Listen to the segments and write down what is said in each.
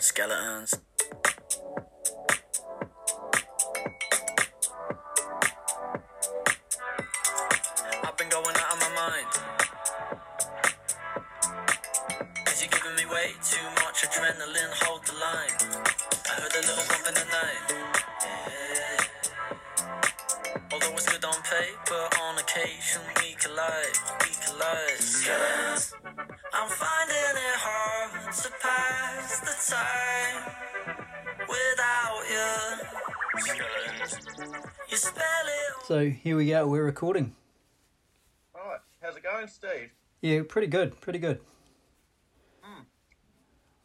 skeletons. I've been going out of my mind. Cause you're giving me way too much adrenaline, hold the line. I heard a little bump in the night. Yeah. Although it's good on paper, on occasion we collide, we collide. Skeletons. I'm finding it hard to pass the time without you. Skeletons. You spell it. So here we go, we're recording. All right. How's it going, Steve? Yeah, pretty good, pretty good.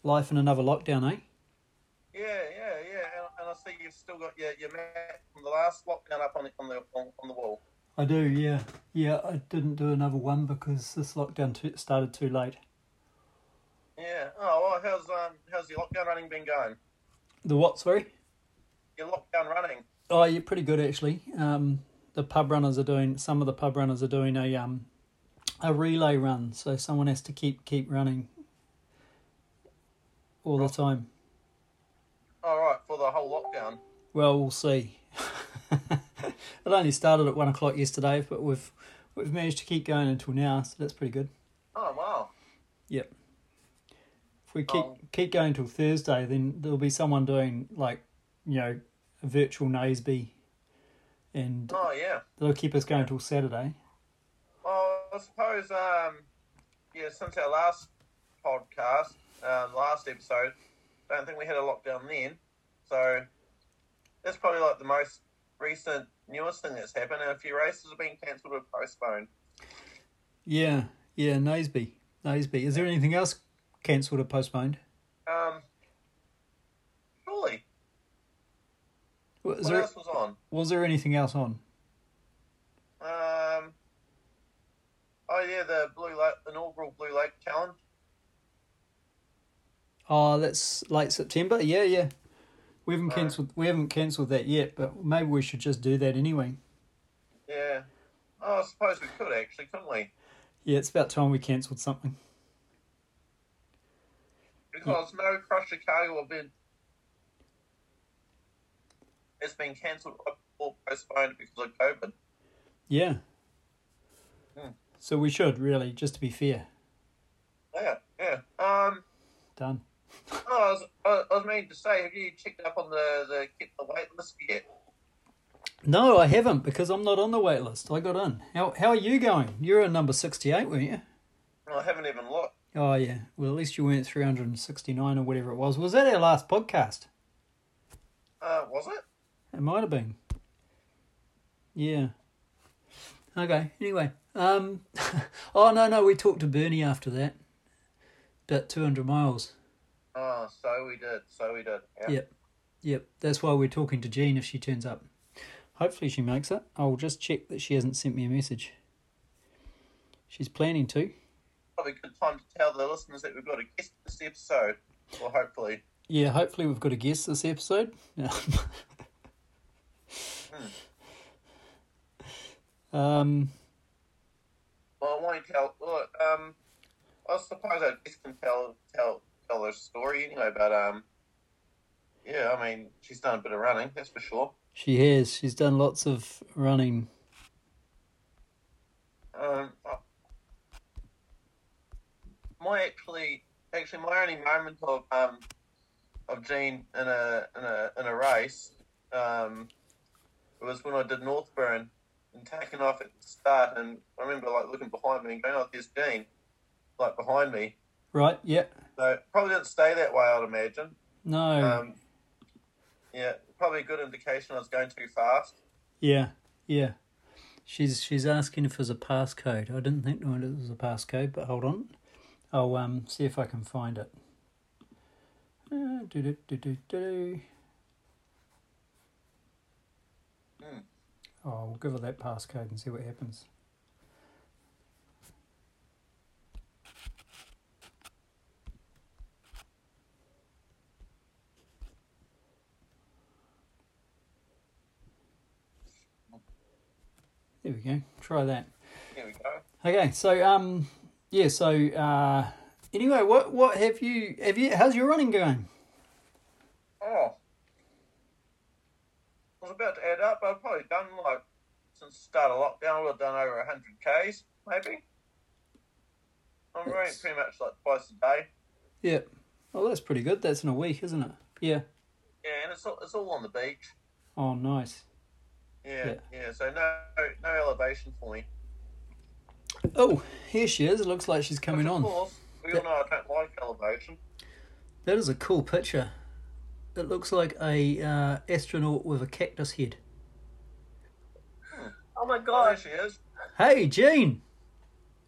Life in another lockdown, eh? Yeah, yeah, yeah. And, and I see you've still got your, your mat from the last lockdown up on the on the on, on the wall. I do, yeah. Yeah, I didn't do another one because this lockdown too, started too late. Yeah. Oh, well, how's um how's your lockdown running been going? The what, sorry? Your lockdown running. Oh, yeah, pretty good actually. Um, the pub runners are doing, some of the pub runners are doing a um, a relay run, so someone has to keep keep running all the time. All right, for the whole lockdown. Well, we'll see. it only started at one o'clock yesterday, but we've we've managed to keep going until now, so that's pretty good. Oh wow. Yep. If we keep Oh. keep going till Thursday, then there'll be someone doing like, you know, a virtual Naseby, and Oh yeah. that'll keep us going till Saturday. Well, I suppose um yeah since our last podcast, uh, last episode, I don't think we had a lockdown then, so that's probably like the most recent newest thing that's happened. And a few races have been cancelled or postponed. Yeah, yeah, Naseby, Naseby. Is there anything else cancelled or postponed? Um, surely. Was What there else was on? was there anything else on? Um, oh yeah, the Blue Lake, inaugural Blue Lake Challenge. Oh, that's late September. Yeah, yeah. We haven't cancelled. We haven't cancelled that yet, but maybe we should just do that anyway. Yeah. Oh, I suppose we could actually, couldn't we? Yeah, it's about time we cancelled something. Because no Cross Chicago event has been cancelled or postponed because of COVID. Yeah. Hmm. So we should really, just to be fair. Yeah, yeah. Um, Done. oh, I was, I, I was meaning to say, have you checked up on the the, get the wait list yet? No, I haven't because I'm not on the wait list. I got in. How how are you going? You're in number sixty eight, weren't you? I haven't even looked. Oh yeah. Well, at least you weren't three hundred and sixty nine or whatever it was. Was that our last podcast? Uh, was it? It might have been. Yeah. Okay. Anyway, um, oh no, no, we talked to Bernie after that. About two hundred miles. Oh, so we did. So we did. Yeah. Yep. Yep. That's why we're talking to Jean if she turns up. Hopefully she makes it. I'll just check that she hasn't sent me a message. She's planning to. Probably a good time to tell the listeners that we've got a guest this episode. Well, hopefully. Yeah. Hopefully we've got a guest this episode. um. Well, I want to tell. Look, um, I suppose I just can tell tell tell her story anyway. But um, yeah, I mean, she's done a bit of running, that's for sure. She has. She's done lots of running. Um, I- my actually, actually, my only moment of um, of Jean in a in a in a race, um, was when I did Northburn and taking off at the start, and I remember like looking behind me and going, "Oh, there's Jean," like behind me. Right. Yep. So it probably didn't stay that way, I'd imagine. No. Um, yeah, probably a good indication I was going too fast. yeah. Yeah. She's she's asking if there's a passcode. I didn't think no, it was a passcode, but hold on. I'll um see if I can find it. Uh, do do do do do. Hmm. Oh, we'll give her that passcode and see what happens. There we go. Try that. Here we go. Okay, so um, yeah, so uh, anyway, what what have you have you? How's your running going? Oh. I was about to add up, I've probably done like since the start of lockdown, I've done over hundred Ks, maybe. I'm running That's- pretty much like twice a day. Yeah. Well, that's pretty good. That's in a week, isn't it? Yeah. Yeah, and it's all it's all on the beach. Oh, nice. Yeah, Yeah. yeah. so no no elevation for me. Oh, here she is. It looks like she's coming Which, on. Of course, we all know I don't like elevation. That is a cool picture. It looks like a uh, astronaut with a cactus head. Oh my Oh, there god. she is. Hey, Jean.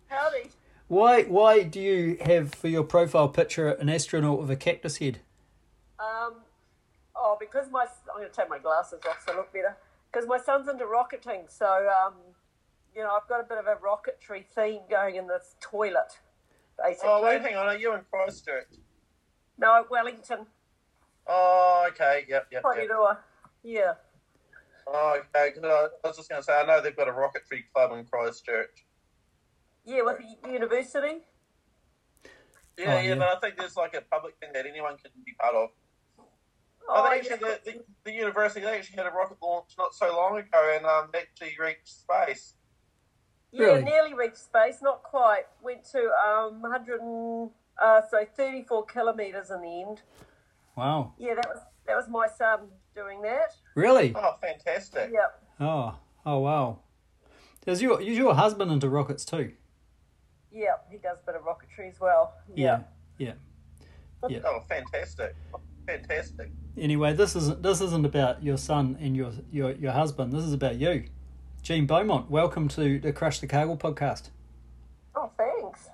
Howdy. Why why do you have for your profile picture an astronaut with a cactus head? Um, oh, because my I'm going to take my glasses off so I look better. Because my son's into rocketing, so um, you know I've got a bit of a rocketry theme going in this toilet, basically. Oh wait, hang on, are you in Christchurch? No, Wellington, Oh, okay, yep, yep, yep. Porirua. Uh, Yeah. Oh, okay, 'cause I I was just going to say, I know they've got a rocketry club in Christchurch. Yeah, with the university. Yeah, Oh, yeah, yeah. but I think there's like a public thing that anyone can be part of. Oh, I think actually yeah. the, the, the university, they actually had a rocket launch not so long ago and um, they actually reached space. Yeah, Really? nearly reached space, not quite. Went to um, 100, and, uh, so 34 kilometres in the end. Wow. Yeah, that was that was my son doing that. Really? Oh, fantastic. Yeah, Oh, oh wow. Does your is your husband into rockets too? yeah, he does a bit of rocketry as well. Yeah, Yeah. Oh, fantastic. Fantastic. Anyway, this isn't this isn't about your son and your your your husband. This is about you. Gene Beaumont, welcome to the Crush the Cargill podcast. Oh, thanks.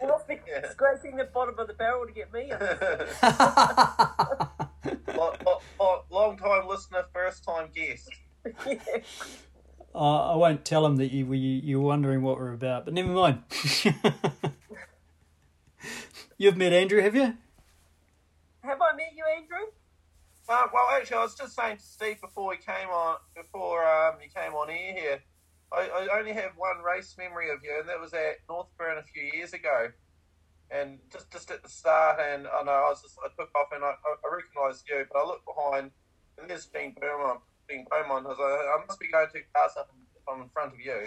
You must be Yeah. scraping the bottom of the barrel to get me. In. Lo- lo- lo- Long time listener, first time guest. Yeah. Uh, I won't tell him that you were you, you were wondering what we're about, but never mind. You've met Andrew, have you? Have I met you, Andrew? Uh, well, actually, I was just saying to Steve before he came on, before um, he came on air here, I, I only have one race memory of you, and that was at Northburn a few years ago, and just just at the start, and I know I was just I took off and I, I- I recognised you, but I looked behind, and there's Dean Beaumont, Dean Beaumont. I was like, I must be going too fast up if I'm in front of you.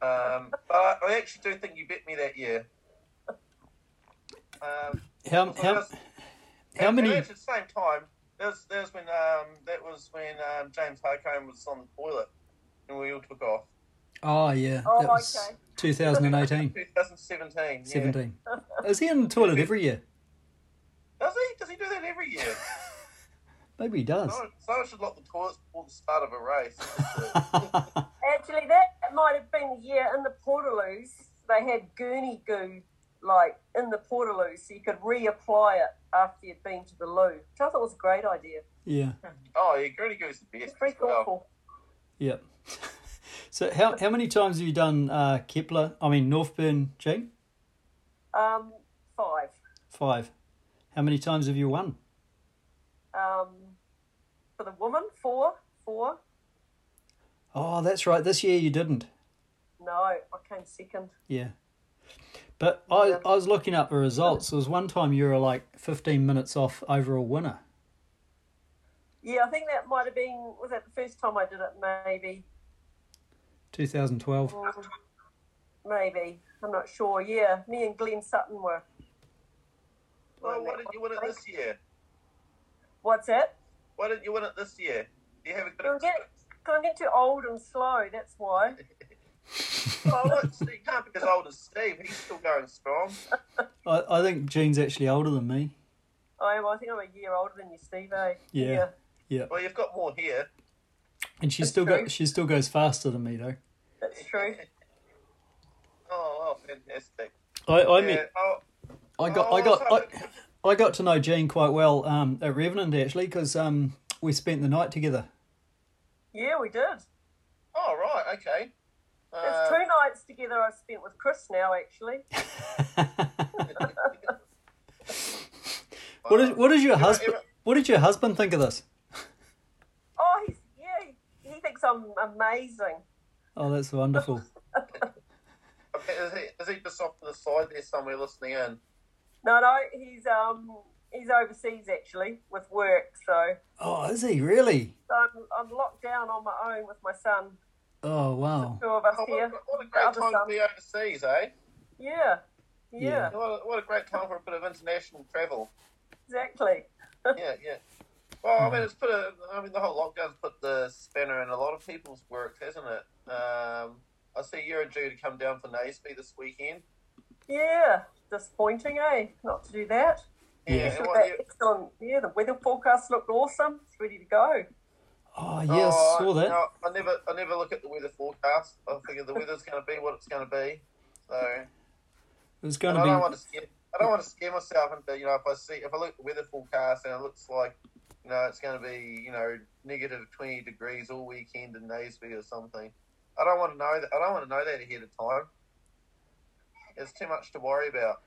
um, but I actually do think you bit me that year. Um, How how so that's- how and- many? And actually at the same time, that was, that was when um, that was when um, James Harcombe was on the toilet, and we all took off. Oh yeah, Oh, that was okay. 2018, 2017. yeah. 17. Is he in the toilet every year? Does he? Does he do that every year? Maybe he does. Oh. Someone, someone should lock the toilets before the start of a race. Actually, that might have been the year in the Portaloos. They had gurney goo, like in the Portaloos, so you could reapply it after you'd been to the loo, which I thought was a great idea. yeah, oh, yeah, Gurney Goose the best. It's pretty as well. thoughtful. yeah. So how how many times have you done uh, Kepler? I mean Northburn, Gene? Um, five. Five. How many times have you won? Um, for the woman, four, four. Oh, that's right. This year you didn't. No, I came second. Yeah. But I, Yeah. I was looking up the results. There was one time you were like 15 minutes off overall winner. Yeah, I think that might have been. Was that the first time I did it? Maybe, Oh. 2012. Mm, maybe. I'm not sure. Yeah, me and Glenn Sutton were. Well, why didn't you win it this year? What's that? Why didn't you win it this year? Do you have a good I'm getting, I'm getting too old and slow. That's why. Oh, look, Steve can't be as old as Steve. He's still going strong. I, I think Gene's actually older than me. I am. Oh, I think I'm a year older than you, Steve. Eh? Yeah. Well, you've got more here. And she still true. go, she still goes faster than me though. that's true. Oh, oh fantastic. I, I yeah. met oh, I got I oh, got so- I, I got to know Gene quite well um, at Revenant actually because um, we spent the night together. Yeah, we did. Oh, right, okay. It's Uh, two nights together I've spent with Chris now, actually. What is what is your You're right, husband? you're right. What did your husband think of this? Oh, he's yeah. He, he thinks I'm amazing. Oh, that's wonderful. Okay, Is he, is he just off to the side there somewhere listening in? No, no, he's um he's overseas actually with work, so Oh, is he really? so I'm, I'm locked down on my own with my son. Oh wow. Two of us Oh, here. what, what a the great other time to son. be overseas, eh? Yeah, yeah, Yeah. What a, what a great time for a bit of international travel. exactly. Yeah, yeah. Well, I mean, it's put a. I mean, the whole lockdown's put the spanner in a lot of people's work, hasn't it? Um, I see you're due to come down for Naseby this weekend. Yeah, disappointing, eh? Not to do that. Yeah. Yeah. and But what that you- excellent. Yeah, the weather forecast looked awesome. It's ready to go. Oh yeah, Oh, I saw that. No, I never, I never look at the weather forecast. I figure the weather's going to be what it's going to be. So It was and gonna I be don't want to scare. I don't want to scare myself into you know if I see if I look at the weather forecast and it looks like you know it's going to be you know negative twenty degrees all weekend in Naseby or something. I don't want to know that. I don't want to know that ahead of time. It's too much to worry about.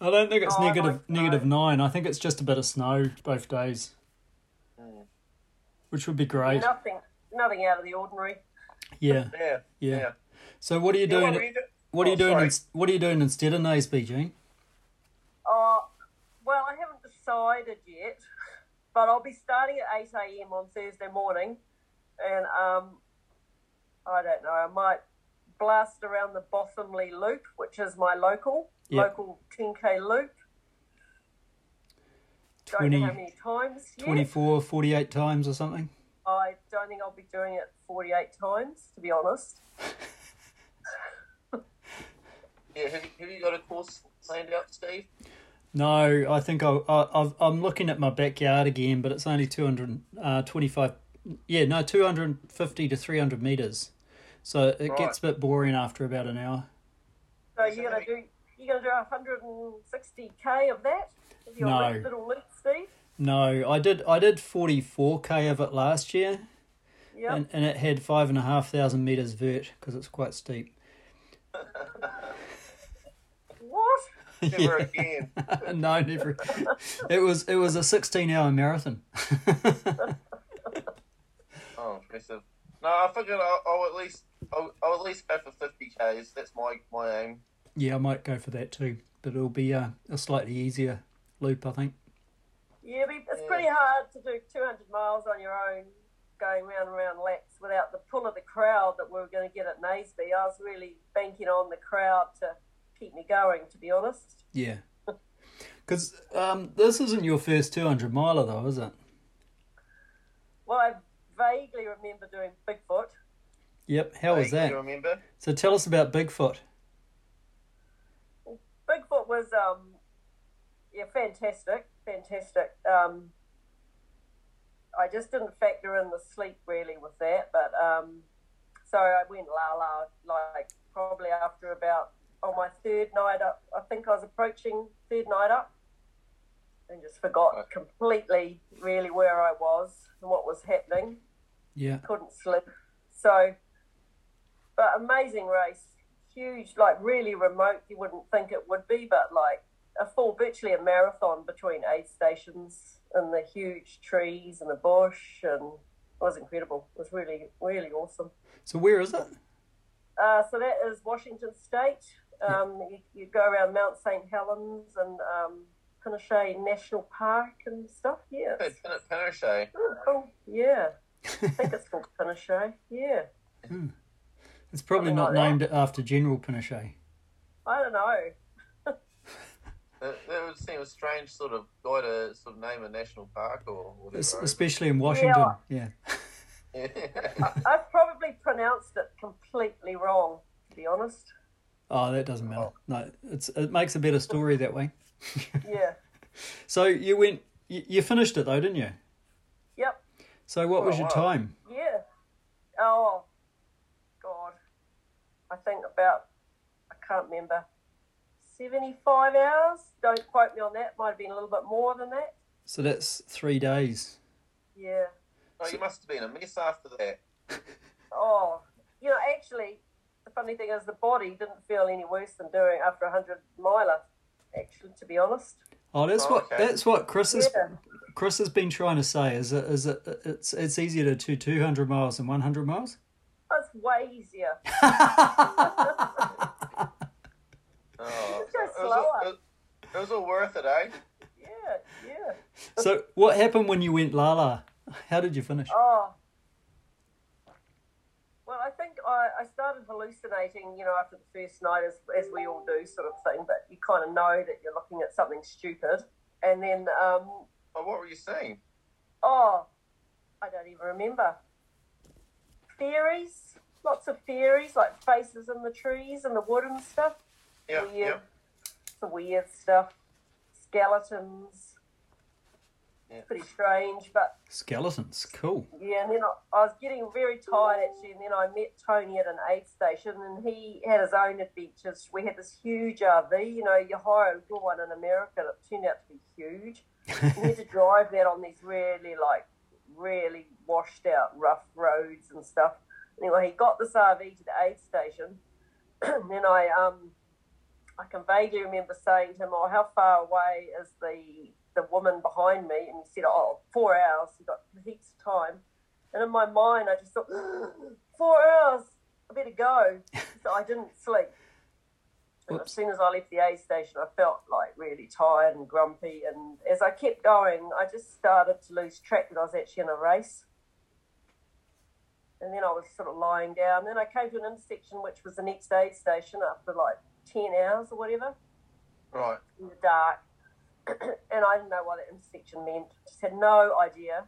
I don't think it's Oh, I like negative- snow. negative nine. I think it's just a bit of snow both days. Which would be great. Nothing, nothing out of the ordinary. Yeah, Yeah, yeah. yeah. So what are you You know doing? what we do- what are you Oh, doing? sorry. Hmm? In, what are you doing instead of Naseby, Gene? Oh, well, I haven't decided yet, but I'll be starting at 8 a.m. on Thursday morning. And um, I don't know, I might blast around the Bothamley Loop, which is my local, Yeah. local 10K loop. Don't 20, know how many times yet. 24, 48 times or something. I don't think I'll be doing it 48 times, to be honest. Yeah, have you, have you got a course planned out, Steve? No, I think I'll, I, I've, I'm looking at my backyard again, but it's only 225, yeah, no, 250 to 300 metres. So it Right. gets a bit boring after about an hour. So Is it you're going to do heavy? you're going to do 160k of that? Of your No. little loop, Steve? No, I did I did 44k of it last year, Yeah. and, and it had 5,500 metres vert because it's quite steep. What? Never again. no, never. it was it was a 16 hour marathon. Oh, impressive. No, I figured I'll, I'll at least I'll, I'll at least go for fifty k's. That's my my aim. yeah, I might go for that too, but it'll be uh, a slightly easier loop, I think. Yeah, but it's Yeah. pretty hard to do 200 miles on your own, going round and round laps without the pull of the crowd that we were going to get at Naseby. I was really banking on the crowd to keep me going, to be honest. Yeah. Because um, this isn't your first 200 miler, though, is it? Well, I vaguely remember doing Bigfoot. Yep. How was Do that? You remember? So tell us about Bigfoot. Bigfoot was, um, yeah, fantastic, fantastic. Um, I just didn't factor in the sleep really with that, but um, so I went la la like probably after about on my third night up. I think I was approaching third night up, and just forgot Okay. completely really where I was and what was happening Yeah. couldn't slip. So, but amazing race, huge, like really remote. You wouldn't think it would be, but like a full, virtually a marathon between aid stations and the huge trees and the bush, and it was incredible. It was really, really awesome. So where is it? Uh, so that is Washington State. Um, you, you go around Mount St. Helens and um, Pinochet National Park and stuff. Yeah, Hey, it's Pin- Pinochet. really cool. Yeah, I think it's called Pinochet. Yeah. It's probably Something not like that. named after General Pinochet. I don't know. That, that would seem a strange sort of guy to sort of name a national park or whatever. Es- especially in Washington. Yeah. Yeah. I've probably pronounced it completely wrong, to be honest. Oh, that doesn't matter. No, it's it makes a better story that way. Yeah. So you went, you, you finished it though, didn't you? Yep. So what was Oh, your wow. time? Yeah. Oh, God. I think about, I can't remember, 75 hours? Don't quote me on that. Might have been a little bit more than that. So that's three days. Yeah. oh, you must have been a mess after that. Oh, you know, actually, the funny thing is the body didn't feel any worse than doing after a 100 miler, actually, to be honest. Oh, that's Oh, what okay. that's what Chris has Yeah. Chris has been trying to say. Is it is it it's it's easier to do two hundred miles than one hundred miles? That's way easier. Oh, it, go was all, slower. Oh, it, it was all worth it, eh? yeah, yeah. So what happened when you went la la? How did you finish? Oh. Well, I think I, I started hallucinating, you know, after the first night, as, as we all do, sort of thing. But you kind of know that you're looking at something stupid. And then, um, Oh, what were you saying? oh, I don't even remember. Fairies, lots of fairies, like faces in the trees and the wood and stuff. Yeah, weird, yeah. the weird stuff. Skeletons, Yeah. pretty strange, but Skeletons, cool. Yeah, and then I, I was getting very tired actually, and then I met Tony at an aid station, and he had his own adventures. We had this huge RV, you know, you hire a little one in America, and it turned out to be huge. And you had to drive that on these really, like, really washed out, rough roads and stuff. Anyway, he got this RV to the aid station, and then I, um, I can vaguely remember saying to him, "Oh, how far away is the the woman behind me?" And he said, "Oh, four hours. He got heaps of time." And in my mind, I just thought, four hours. I better go." So I didn't sleep. And as Whoops. soon as I left the aid station, I felt like really tired and grumpy. And as I kept going, I just started to lose track that I was actually in a race. And then I was sort of lying down. Then I came to an intersection, which was the next aid station after like 10 hours or whatever Right. in the dark. and I didn't know what that intersection meant. Just had no idea.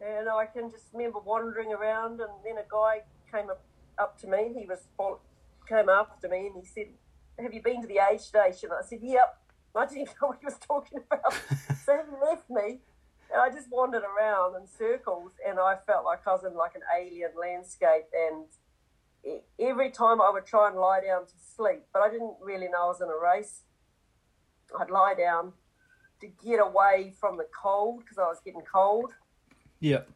And I can just remember wandering around, and then a guy came up, up to me. He was fol- came after me, and he said, "Have you been to the aid station?" I said, "Yep." I didn't even know what he was talking about. so he left me, and I just wandered around in circles, and I felt like I was in like an alien landscape. And e- every time I would try and lie down to sleep, but I didn't really know I was in a race. I'd lie down to get away from the cold because I was getting cold. Yep.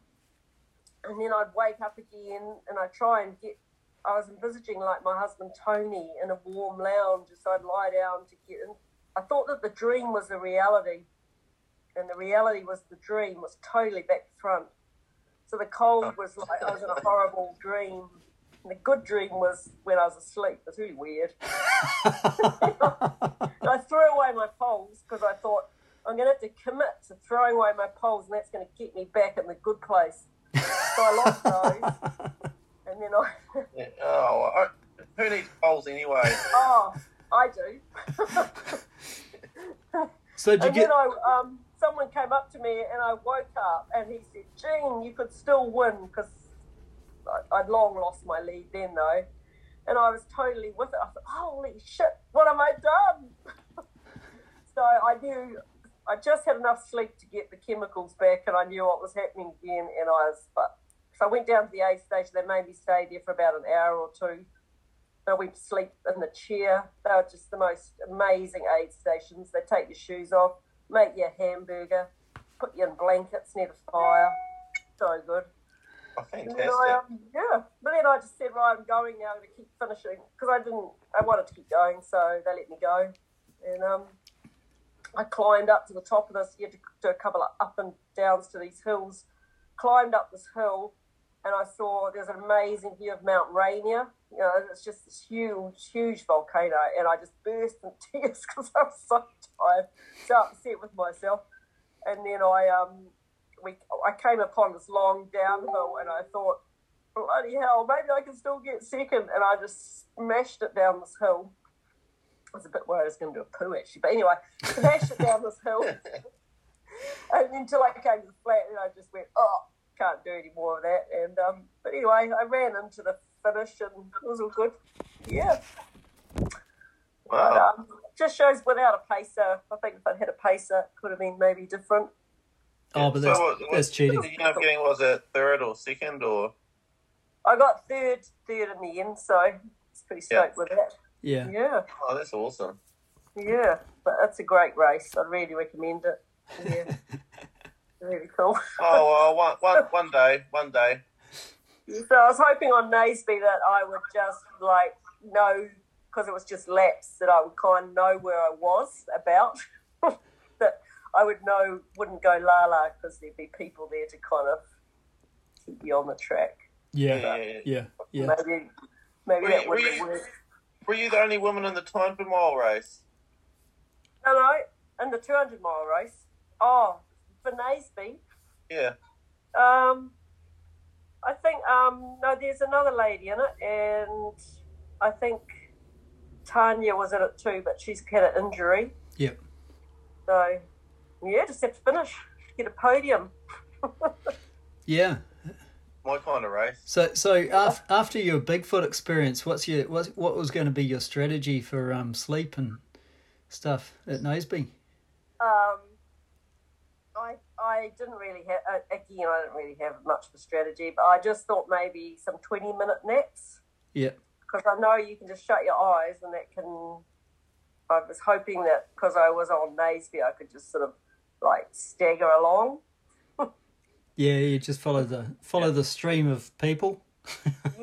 And then I'd wake up again and I'd try and get. I was envisaging like my husband Tony in a warm lounge as I'd lie down to get in. I thought that the dream was the reality and the reality was the dream was totally back front. So the cold was like I was in a horrible dream. And the good dream was when I was asleep. It's really weird. And I threw away my poles because I thought I'm going to have to commit to throwing away my poles, and that's going to get me back in the good place. so I lost those, and then I Yeah. Oh, I, who needs poles anyway? oh I do. So did you and get? then I um, someone came up to me, and I woke up, and he said, "Gene, you could still win because I'd long lost my lead then though." And I was totally with it. I thought, "Holy shit, what have I done?" so I knew I just had enough sleep to get the chemicals back, and I knew what was happening again. And I was, but so I went down to the aid station. They made me stay there for about an hour or two. I went to sleep in the chair. They are just the most amazing aid stations. They take your shoes off, make you a hamburger, put you in blankets near the fire. So good. Oh, And then I, fantastic. um, yeah, but then I just said, right, I'm going now. I'm going to keep finishing because I didn't. I wanted to keep going, so they let me go, and um, I climbed up to the top of this. You had to do a couple of up and downs to these hills. Climbed up this hill, and I saw there's an amazing view of Mount Rainier. You know, it's just this huge, huge volcano, and I just burst in tears because I was so tired, so upset with myself. And then I um, we I came upon this long downhill, and I thought, bloody hell, maybe I can still get second. And I just smashed it down this hill. I was a bit worried I was going to do a poo actually, but anyway, smashed it down this hill. and until I came to the flat, and I just went, oh, can't do any more of that. And um, but anyway, I ran into the finish, and it was all good. Yeah, but, Wow. um, just shows without a pacer. I think if I'd had a pacer, it could have been maybe different. oh, but that's, so what- what- that's Did cheating. you end up getting was it third or second or? I got third, third in the end, so it's pretty stoked with that. Yeah. Yeah, Oh, that's awesome. yeah, but that's a great race. I really recommend it. Yeah, really cool. Oh, well, one, one, one day, one day. So I was hoping on Naseby that I would just like know because it was just laps that I would kind of know where I was about that I would know wouldn't go la la because there'd be people there to kind of keep you on the track. Yeah. Yeah. Yeah. Yeah. Maybe maybe Were that you- would were have you- worked. Were you the only woman in the time per mile race? No, no. in the 200 mile race. Oh, Benasby. Yeah. Um, I think um, no, there's another lady in it, and I think Tanya was in it too, but she's had an injury. Yep. So yeah, just have to finish, get a podium. Yeah. My kind of race. So so af- after your Bigfoot experience, what's your what's, what was going to be your strategy for um sleep and stuff at Naseby? Um, I I didn't really have again. I didn't really have much of a strategy, but I just thought maybe some twenty minute naps Yeah. because I know you can just shut your eyes and that can. I was hoping that because I was on Naseby, I could just sort of like stagger along. Yeah, you just follow the follow the stream of people.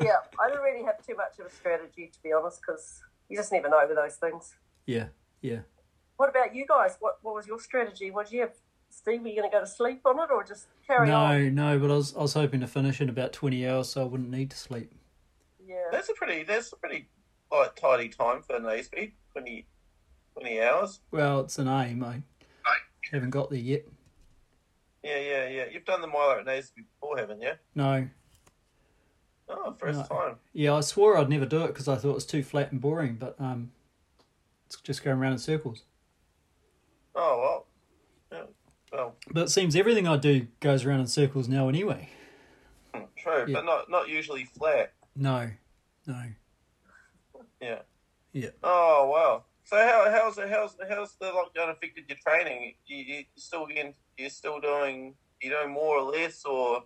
yeah, I didn't really have too much of a strategy to be honest, because you just never know with those things. Yeah. Yeah. What about you guys? What What was your strategy? What did you have, Steve? Were you going to go to sleep on it or just carry on? No, no, but I was I was hoping to finish in about 20 hours so I wouldn't need to sleep. Yeah, That's a pretty. That's a pretty like tidy time for Naseby. 20, 20 hours. Well, it's an aim. I haven't got there yet. Yeah, yeah, yeah. You've done the miler at Naseby before, haven't you? No. Oh, first No. time. Yeah, I swore I'd never do it because I thought it was too flat and boring, but um, it's just going around in circles. Oh well. Yeah. Well, But it seems everything I do goes around in circles now anyway. hmm, true, Yeah. but not not usually flat. No, no. Yeah. Yeah. Oh wow. So how how's the how's how's the lockdown affected your training? You, you you still getting you're still doing you doing more or less or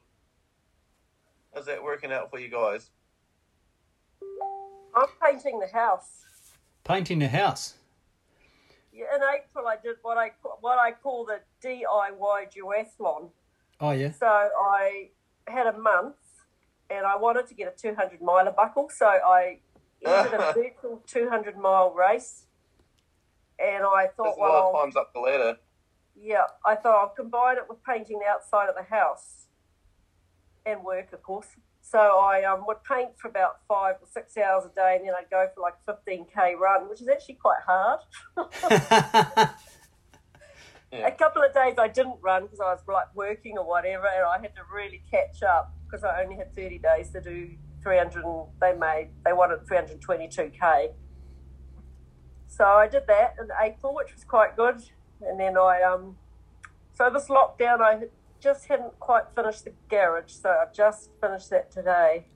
how's that working out for you guys? I'm painting the house. Painting the house. Yeah, in April, I did what I what I call the DIY duathlon. Oh, yeah. So I had a month, and I wanted to get a 200 miler buckle. So I entered a virtual 200 mile race, and I There's thought, a well, lot I'll, of climbs up the ladder. Yeah, I thought I'll combine it with painting the outside of the house and work, of course. So I um, would paint for about five or six hours a day, and then I'd go for like a 15k run, which is actually quite hard. Oh, Yeah. A couple of days I didn't run because I was like working or whatever, and I had to really catch up because I only had 30 days to do 300. And they made they wanted 322k, so I did that in April, which was quite good. And then I um, so this lockdown I had- just hadn't quite finished the garage, so I've just finished that today.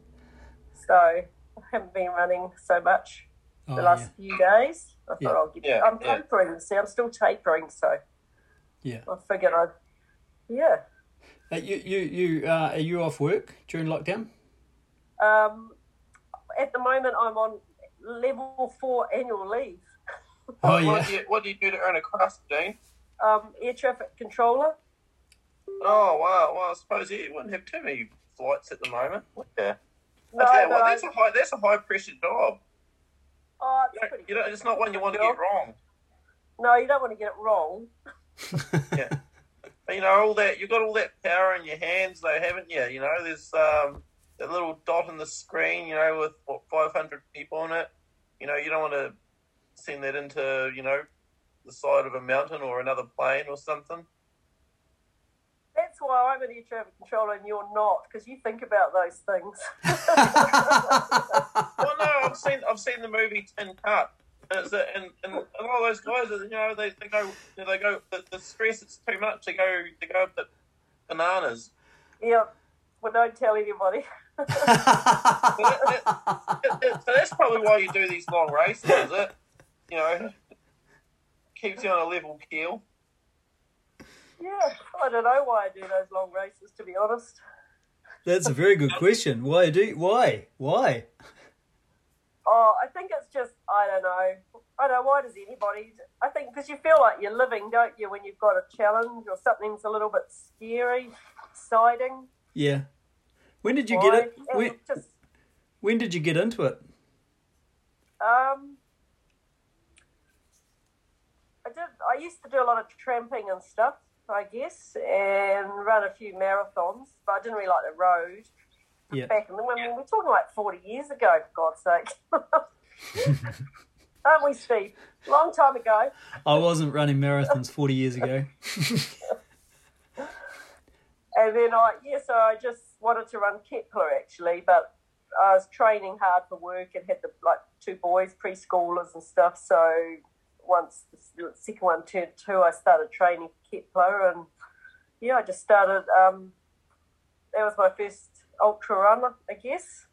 So I haven't been running so much Oh, the last yeah. few days. I thought Yeah. I'll get. Yeah, I'm yeah. tapering. See, I'm still tapering, so. Yeah. I figured I'd, yeah. Uh, you, you, you, uh, are you off work during lockdown? Um, at the moment, I'm on level four annual leave. Oh, What yeah. do you what do you do to earn a crust, Dean? Um, air traffic controller. Oh wow, well I suppose you wouldn't have too many flights at the moment. Yeah. No, I tell you no, what, that's a high that's a high pressure job. oh, You it's don't- pretty you know, it's not one you want to job. get wrong. No, you don't want to get it wrong. you know, all that you've got all that power in your hands, though, haven't you? You know, there's um, that little dot in the screen, you know, with what 500 people on it. You know, you don't want to send that into, you know, the side of a mountain or another plane or something. That's why I'm an air traffic controller and you're not, because you think about those things. Well, no, I've seen I've seen the movie Tin Cut. And, it's a, and, and a lot of those guys, you know, they, they go, they go, the, the stress is too much. They go, they go a bit bananas. yeah, well, don't tell anybody. So that- that- so that's probably why you do these long races, is it? You know, keeps you on a level keel. Yeah, I don't know why I do those long races, to be honest. That's a very good question. Why do why why? Oh, I think it's just I don't know. I don't know why does anybody. I think because you feel like you're living, don't you, when you've got a challenge or something's a little bit scary, exciting. Yeah. When did you Why? get it? Yeah, When, Just when did you get into it? um, I did. I used to do a lot of tramping and stuff, I guess, and run a few marathons, but I didn't really like the road. Yeah. Back in the, I mean, we're talking like forty years ago, for God's sake. aren't we, Steve? Long time ago. I wasn't running marathons 40 years ago. And then I, yeah, so I just wanted to run Kepler actually, but I was training hard for work and had the like two boys, preschoolers and stuff. So once the second one turned two, I started training Kepler, and yeah, I just started. Um, that was my first ultra run, I guess.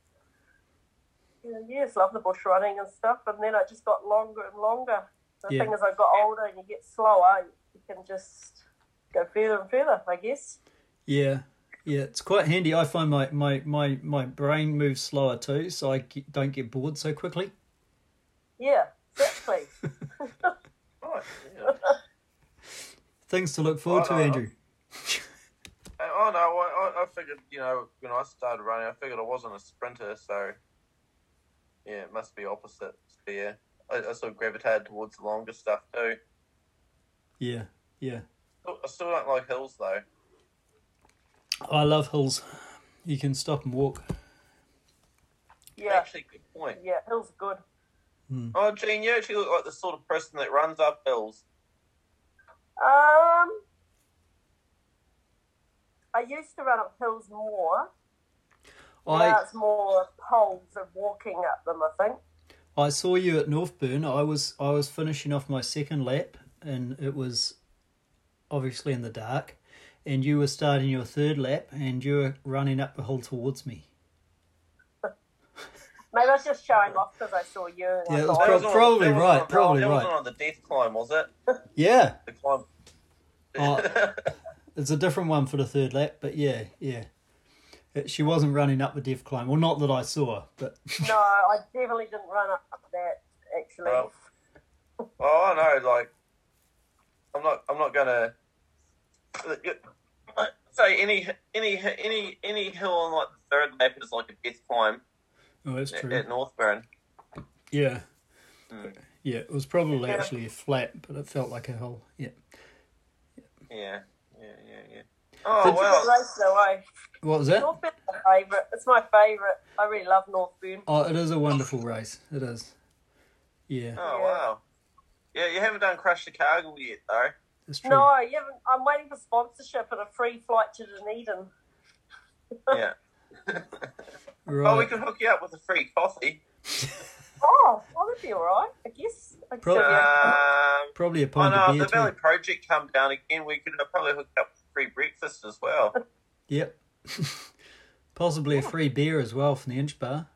And yes, love the bush running and stuff, and then I just got longer and longer. The Yeah. thing is, I got older and you get slower, you can just go further and further, I guess. Yeah, yeah, it's quite handy. I find my my my my brain moves slower too, so I ge- don't get bored so quickly. Yeah, exactly. Right, Oh, yeah. Things to look forward to, Right on. Andrew. And, oh no, I, I- I figured you know when I started running, I figured I wasn't a sprinter, so yeah, it must be opposite. So, yeah, I, I sort of gravitated towards the longer stuff too. Yeah, yeah. I still don't like hills though. I love hills. You can stop and walk. Yeah, Actually, good point. yeah, Hill's good. Oh, Gene, you actually look like the sort of person that runs up hills. Um, I used to run up hills more. Now I it's more poles and walking up them. I think. I saw you at Northburn. I was I was finishing off my second lap, and it was obviously in the dark. And you were starting your third lap, and you were running up the hill towards me. Maybe I was just showing off because I saw you. And Yeah, I it was Pro- thought, That was on- probably that was right, on- probably that was right. on the death climb, was it? Yeah, The climb. Oh. It's a different one for the third lap, but yeah, yeah. It, she wasn't running up the def climb. Well, not that I saw, but no, I definitely didn't run up that. Actually, Well, Oh, I know. Like, I'm not. I'm not gonna uh, say any any any any hill on like the third lap is like a death climb oh, that's at, true. at Northburn. yeah, Mm. yeah. It was probably Yeah. actually a flat, but it felt like a hole. Yeah. Yeah, yeah, yeah, yeah. Oh Did- Good well, race though. I What was that? Northburn's my favourite. It's my favourite. I really love Northburn. Oh, it is a wonderful race. It is. Yeah, oh wow. Yeah, you haven't done Crush the Cargill yet though. that's true. oh, No, you haven't, I'm waiting for sponsorship and a free flight to Dunedin. Yeah. right. Oh, we can hook you up with a free coffee. Oh, well, that'd be all right. I guess. I guess Pro- it'd be okay. Um, Probably a pint oh of no, beer if the Valley too. Project come down again, we could probably hook up with free breakfast as well. Yep. Possibly a free beer as well from the Inch Bar.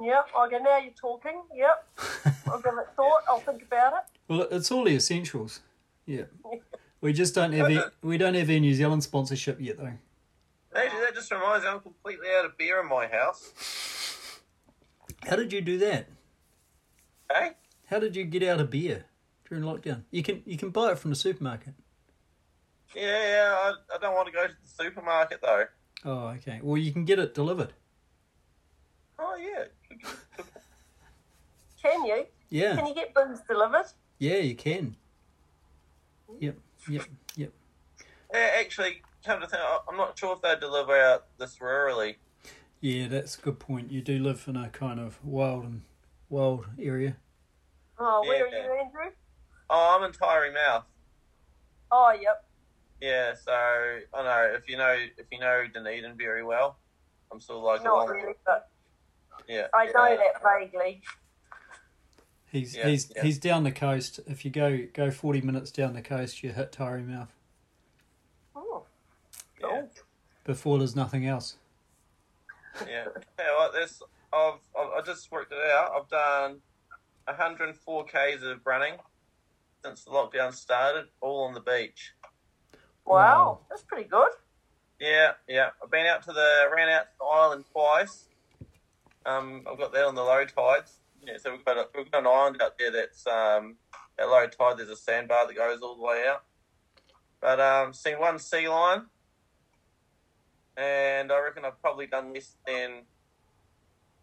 Yep, okay, now you're talking. Yep, I'll give it thought. I'll think about it. Well, it- it's all the essentials. Yeah. We just don't have any, we don't have any New Zealand sponsorship yet though. Actually, that just reminds me, I'm completely out of beer in my house. How did you do that? Hey? How did you get out of beer during lockdown? You can you can buy it from the supermarket. Yeah, yeah, I, I don't want to go to the supermarket though. Oh, okay. Well, you can get it delivered. Oh, yeah. Can you? Yeah, Can you get booze delivered? yeah, you can. Yep, yep, yep. yeah actually, come to think, I- I'm not sure if they deliver out this rurally. Yeah, that's a good point. You do live in a kind of wild and wild area. Oh, where Yeah. are you, Andrew? Oh, I'm in Tyree Mouth. Oh, yep. Yeah, so I don't know if you know if you know Dunedin very well. I'm sort of like Not along. really, but Yeah, I know yeah. that vaguely. He's Yeah, he's yeah. he's down the coast. If you go go forty minutes down the coast, you hit Tyree Mouth Oh, Yeah, before there's nothing else. yeah. Hey, well, this I've, I've I just worked it out. I've done 104 k's of running since the lockdown started, all on the beach. wow. Wow. that's pretty good. Yeah, yeah. I've been out to the ran out to the island twice. Um, I've got that on the low tides. Yeah, so we've got a, we've got an island out there that's um at low tide. There's a sandbar that goes all the way out. But um, seen one sea lion, and I reckon I've probably done less than.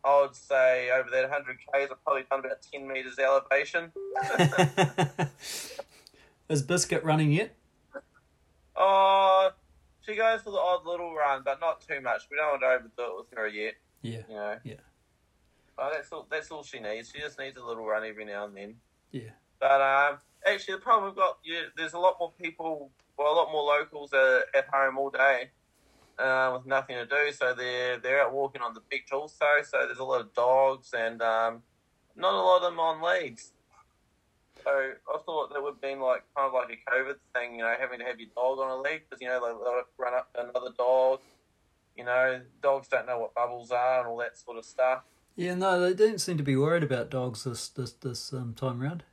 I would say over that 100 k's, I've probably done about 10 meters elevation. Is Biscuit running yet? Oh, she goes for the odd little run, but not too much. We don't want to overdo it with her yet. Yeah. you know. Yeah. Oh, that's all. That's all she needs. She just needs a little run every now and then. Yeah. But um, actually, the problem we've got, you, there's a lot more people, well, a lot more locals are at home all day uh, with nothing to do, so they're they're out walking on the beach also. So there's a lot of dogs and um, not a lot of them on leads. So I thought that would have been like kind of like a COVID thing, you know, having to have your dog on a lead because you know they they'll run up to another dog. You know, dogs don't know what bubbles are and all that sort of stuff. Yeah, no, they don't seem to be worried about dogs this this this um, time round.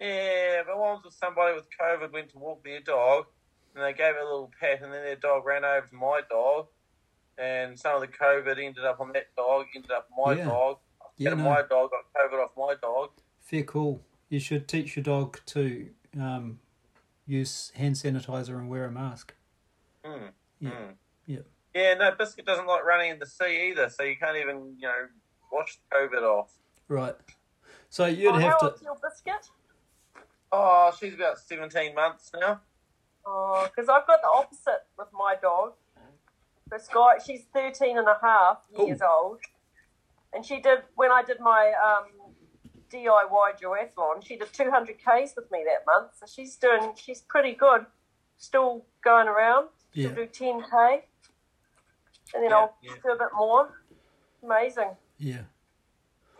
Yeah, but once was somebody with COVID went to walk their dog, and they gave it a little pat, and then their dog ran over to my dog, and some of the COVID ended up on that dog, ended up my Yeah. dog. Yeah, and no. my dog got COVID off my dog. Fair call. You should teach your dog to um, use hand sanitizer and wear a mask. Mm. Yeah. Mm. Yeah. Yeah, no, Biscuit doesn't like running in the sea either, so you can't even, you know, wash COVID off. Right. So you'd oh, have how to. old's your biscuit? Oh, she's about 17 months now. Oh, because I've got the opposite with my dog. This guy, she's 13 and a half years old. And she did, when I did my um, DIY duathlon, she did 200 Ks with me that month. So she's doing, she's pretty good. Still going around. She'll Yeah. do 10K. And then Yeah, I'll yeah. do a bit more. Amazing. Yeah.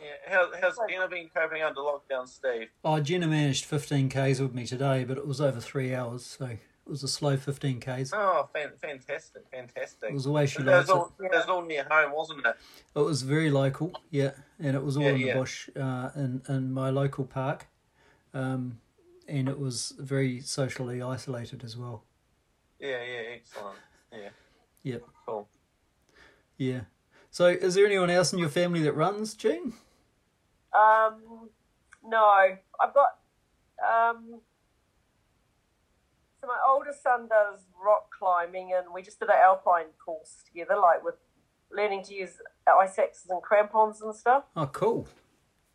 Yeah, how, how's Anna been coping under lockdown, Steve? Oh, Jenna managed 15Ks with me today, but it was over three hours, so it was a slow 15Ks. Oh, fan- fantastic, fantastic. It was the way she That liked was it. all, that was all near home, wasn't it? It was very local, yeah, and it was all Yeah, in the yeah. bush uh, in in my local park, um, and it was very socially isolated as well. Yeah, yeah, excellent. Yeah. Yep. Cool. Yeah. So, is there anyone else in your family that runs, Gene? Um, no, I've got. Um, so my oldest son does rock climbing, and we just did an alpine course together, like with learning to use ice axes and crampons and stuff. Oh, cool.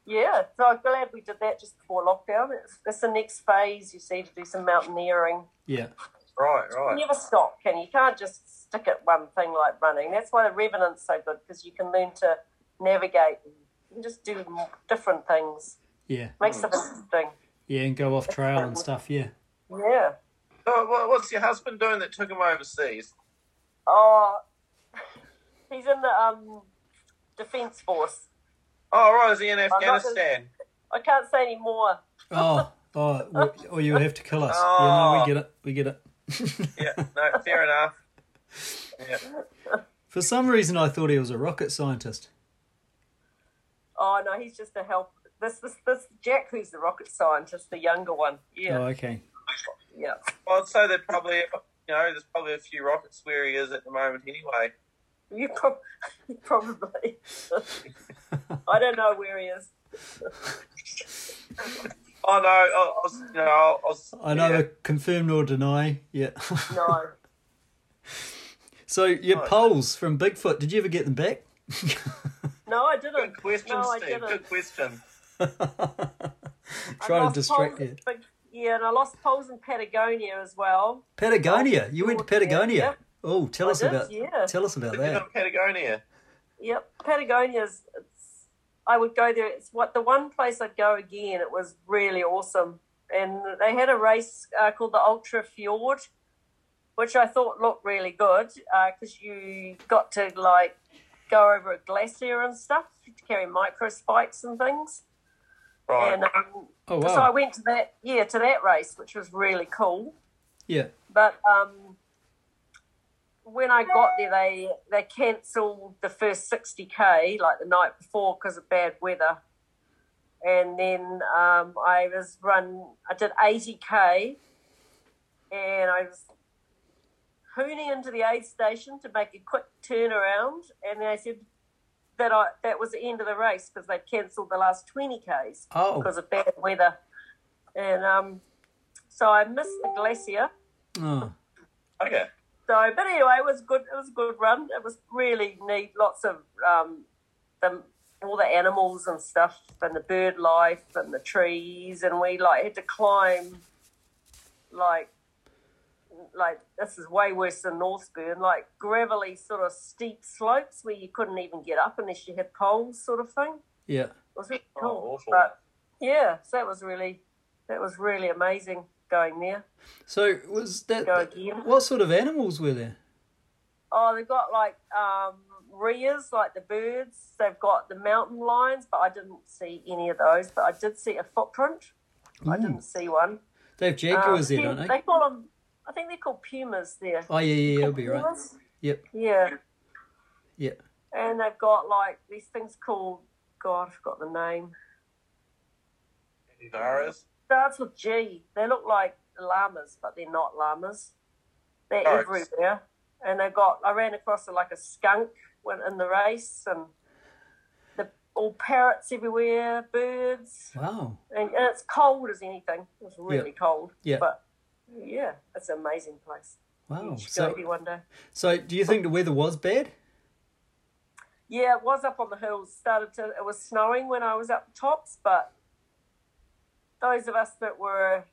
Yeah, so I'm glad we did that just before lockdown. It's, it's the next phase, you see, to do some mountaineering. Yeah. Right, You right. never stop, can you? You can't just stick at one thing like running. That's why the Revenant's so good because you can learn to navigate. You can just do m- different things. Yeah. Makes it interesting. Yeah, and go off trail and stuff. Yeah. Yeah. So, wha- what's your husband doing that took him overseas? Oh, he's in the um, defense force. Oh, right, is he in not just- Afghanistan? I can't say any more. Oh, oh, we- or you would have to kill us. Oh. Yeah, no, we get it. We get it. Yeah, no, fair enough. Yeah. For some reason, I thought he was a rocket scientist. Oh no, he's just a help. This this this Jack, who's the rocket scientist, the younger one. Yeah, Oh, okay. yeah. Well, I'd say they're probably, you know, there's probably a few rockets where he is at the moment anyway. You, prob- you probably. I don't know where he is. Oh, no, I, I was, you know, I was. I neither yeah. confirm nor deny. Yeah. No. so your Oh. poles from Bigfoot, did you ever get them back? No, I didn't. Good question, No, I Steve. didn't. Good question. I Trying to lost distract poles- you. But, yeah, and I lost poles in Patagonia as well. Patagonia. You went to Yeah, Patagonia. yeah. Oh, tell I us did, about yeah. tell us about Did you go that. to Patagonia? Yep, Patagonia's. It's, I would go there. It's what the one place I'd go again. It was really awesome, and they had a race uh, called the Ultra Fjord, which I thought looked really good because you got to like go over a glacier and stuff, carry micro spikes and things. Right. And um, Oh so I wow. went to that yeah to that race, which was really cool. Yeah. But um, when I got there, they they cancelled the first sixty k like the night before because of bad weather, and then um, I was run. I did eighty k, and I was hooning into the aid station to make a quick turnaround, and they said that I that was the end of the race because they cancelled the last twenty k's Oh. because of bad weather, and um, so I missed the glacier. Oh. Okay. So, but anyway, it was good. It was a good run. It was really neat. Lots of um, the, all the animals and stuff, and the bird life, and the trees. And we like had to climb like like this is way worse than Northburn, like gravelly sort of steep slopes where you couldn't even get up unless you had poles, sort of thing. Yeah. It was really Oh, cool. awful. But yeah, so that was really that was really amazing going there. So was that? Go again. What sort of animals were there? Oh, they've got like um, rheas, like the birds. They've got the mountain lions, but I didn't see any of those. But I did see a footprint. I Ooh. didn't see one. They have jaguars Um, there, don't pu- they? call them. I think they're called pumas there. Oh yeah, yeah, yeah. I'll be right. Pumas? Yep, Yeah, yep. and they've got like these things called. God, I forgot the name. Naras. Starts with G. They look like llamas, but they're not llamas. They're Sharks. everywhere, and they got. I ran across like a skunk when in the race, and the all parrots everywhere, birds, Wow. and, and it's cold as anything. It was really cold. Yeah. but yeah, it's an amazing place. Wow. you should go So, there one day. so do you think the weather was bad? Yeah, it was up on the hills. Started to it was snowing when I was up tops, but those of us that were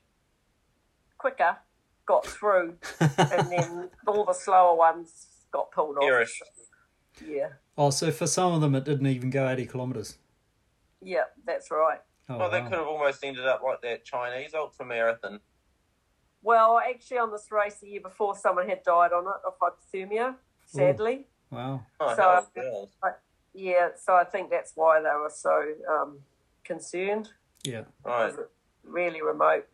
quicker got through, and then all the slower ones got pulled off. Irish. Yeah, Oh, so for some of them it didn't even go eighty kilometres. yeah, that's right. Oh, Well, they wow. could have almost ended up like that Chinese ultra marathon. Well, actually, on this race the year before, someone had died on it of hypothermia. Sadly, Wow. Oh, So- hell, yeah. yeah. So I think that's why they were so um, concerned. Yeah. Right. Really remote.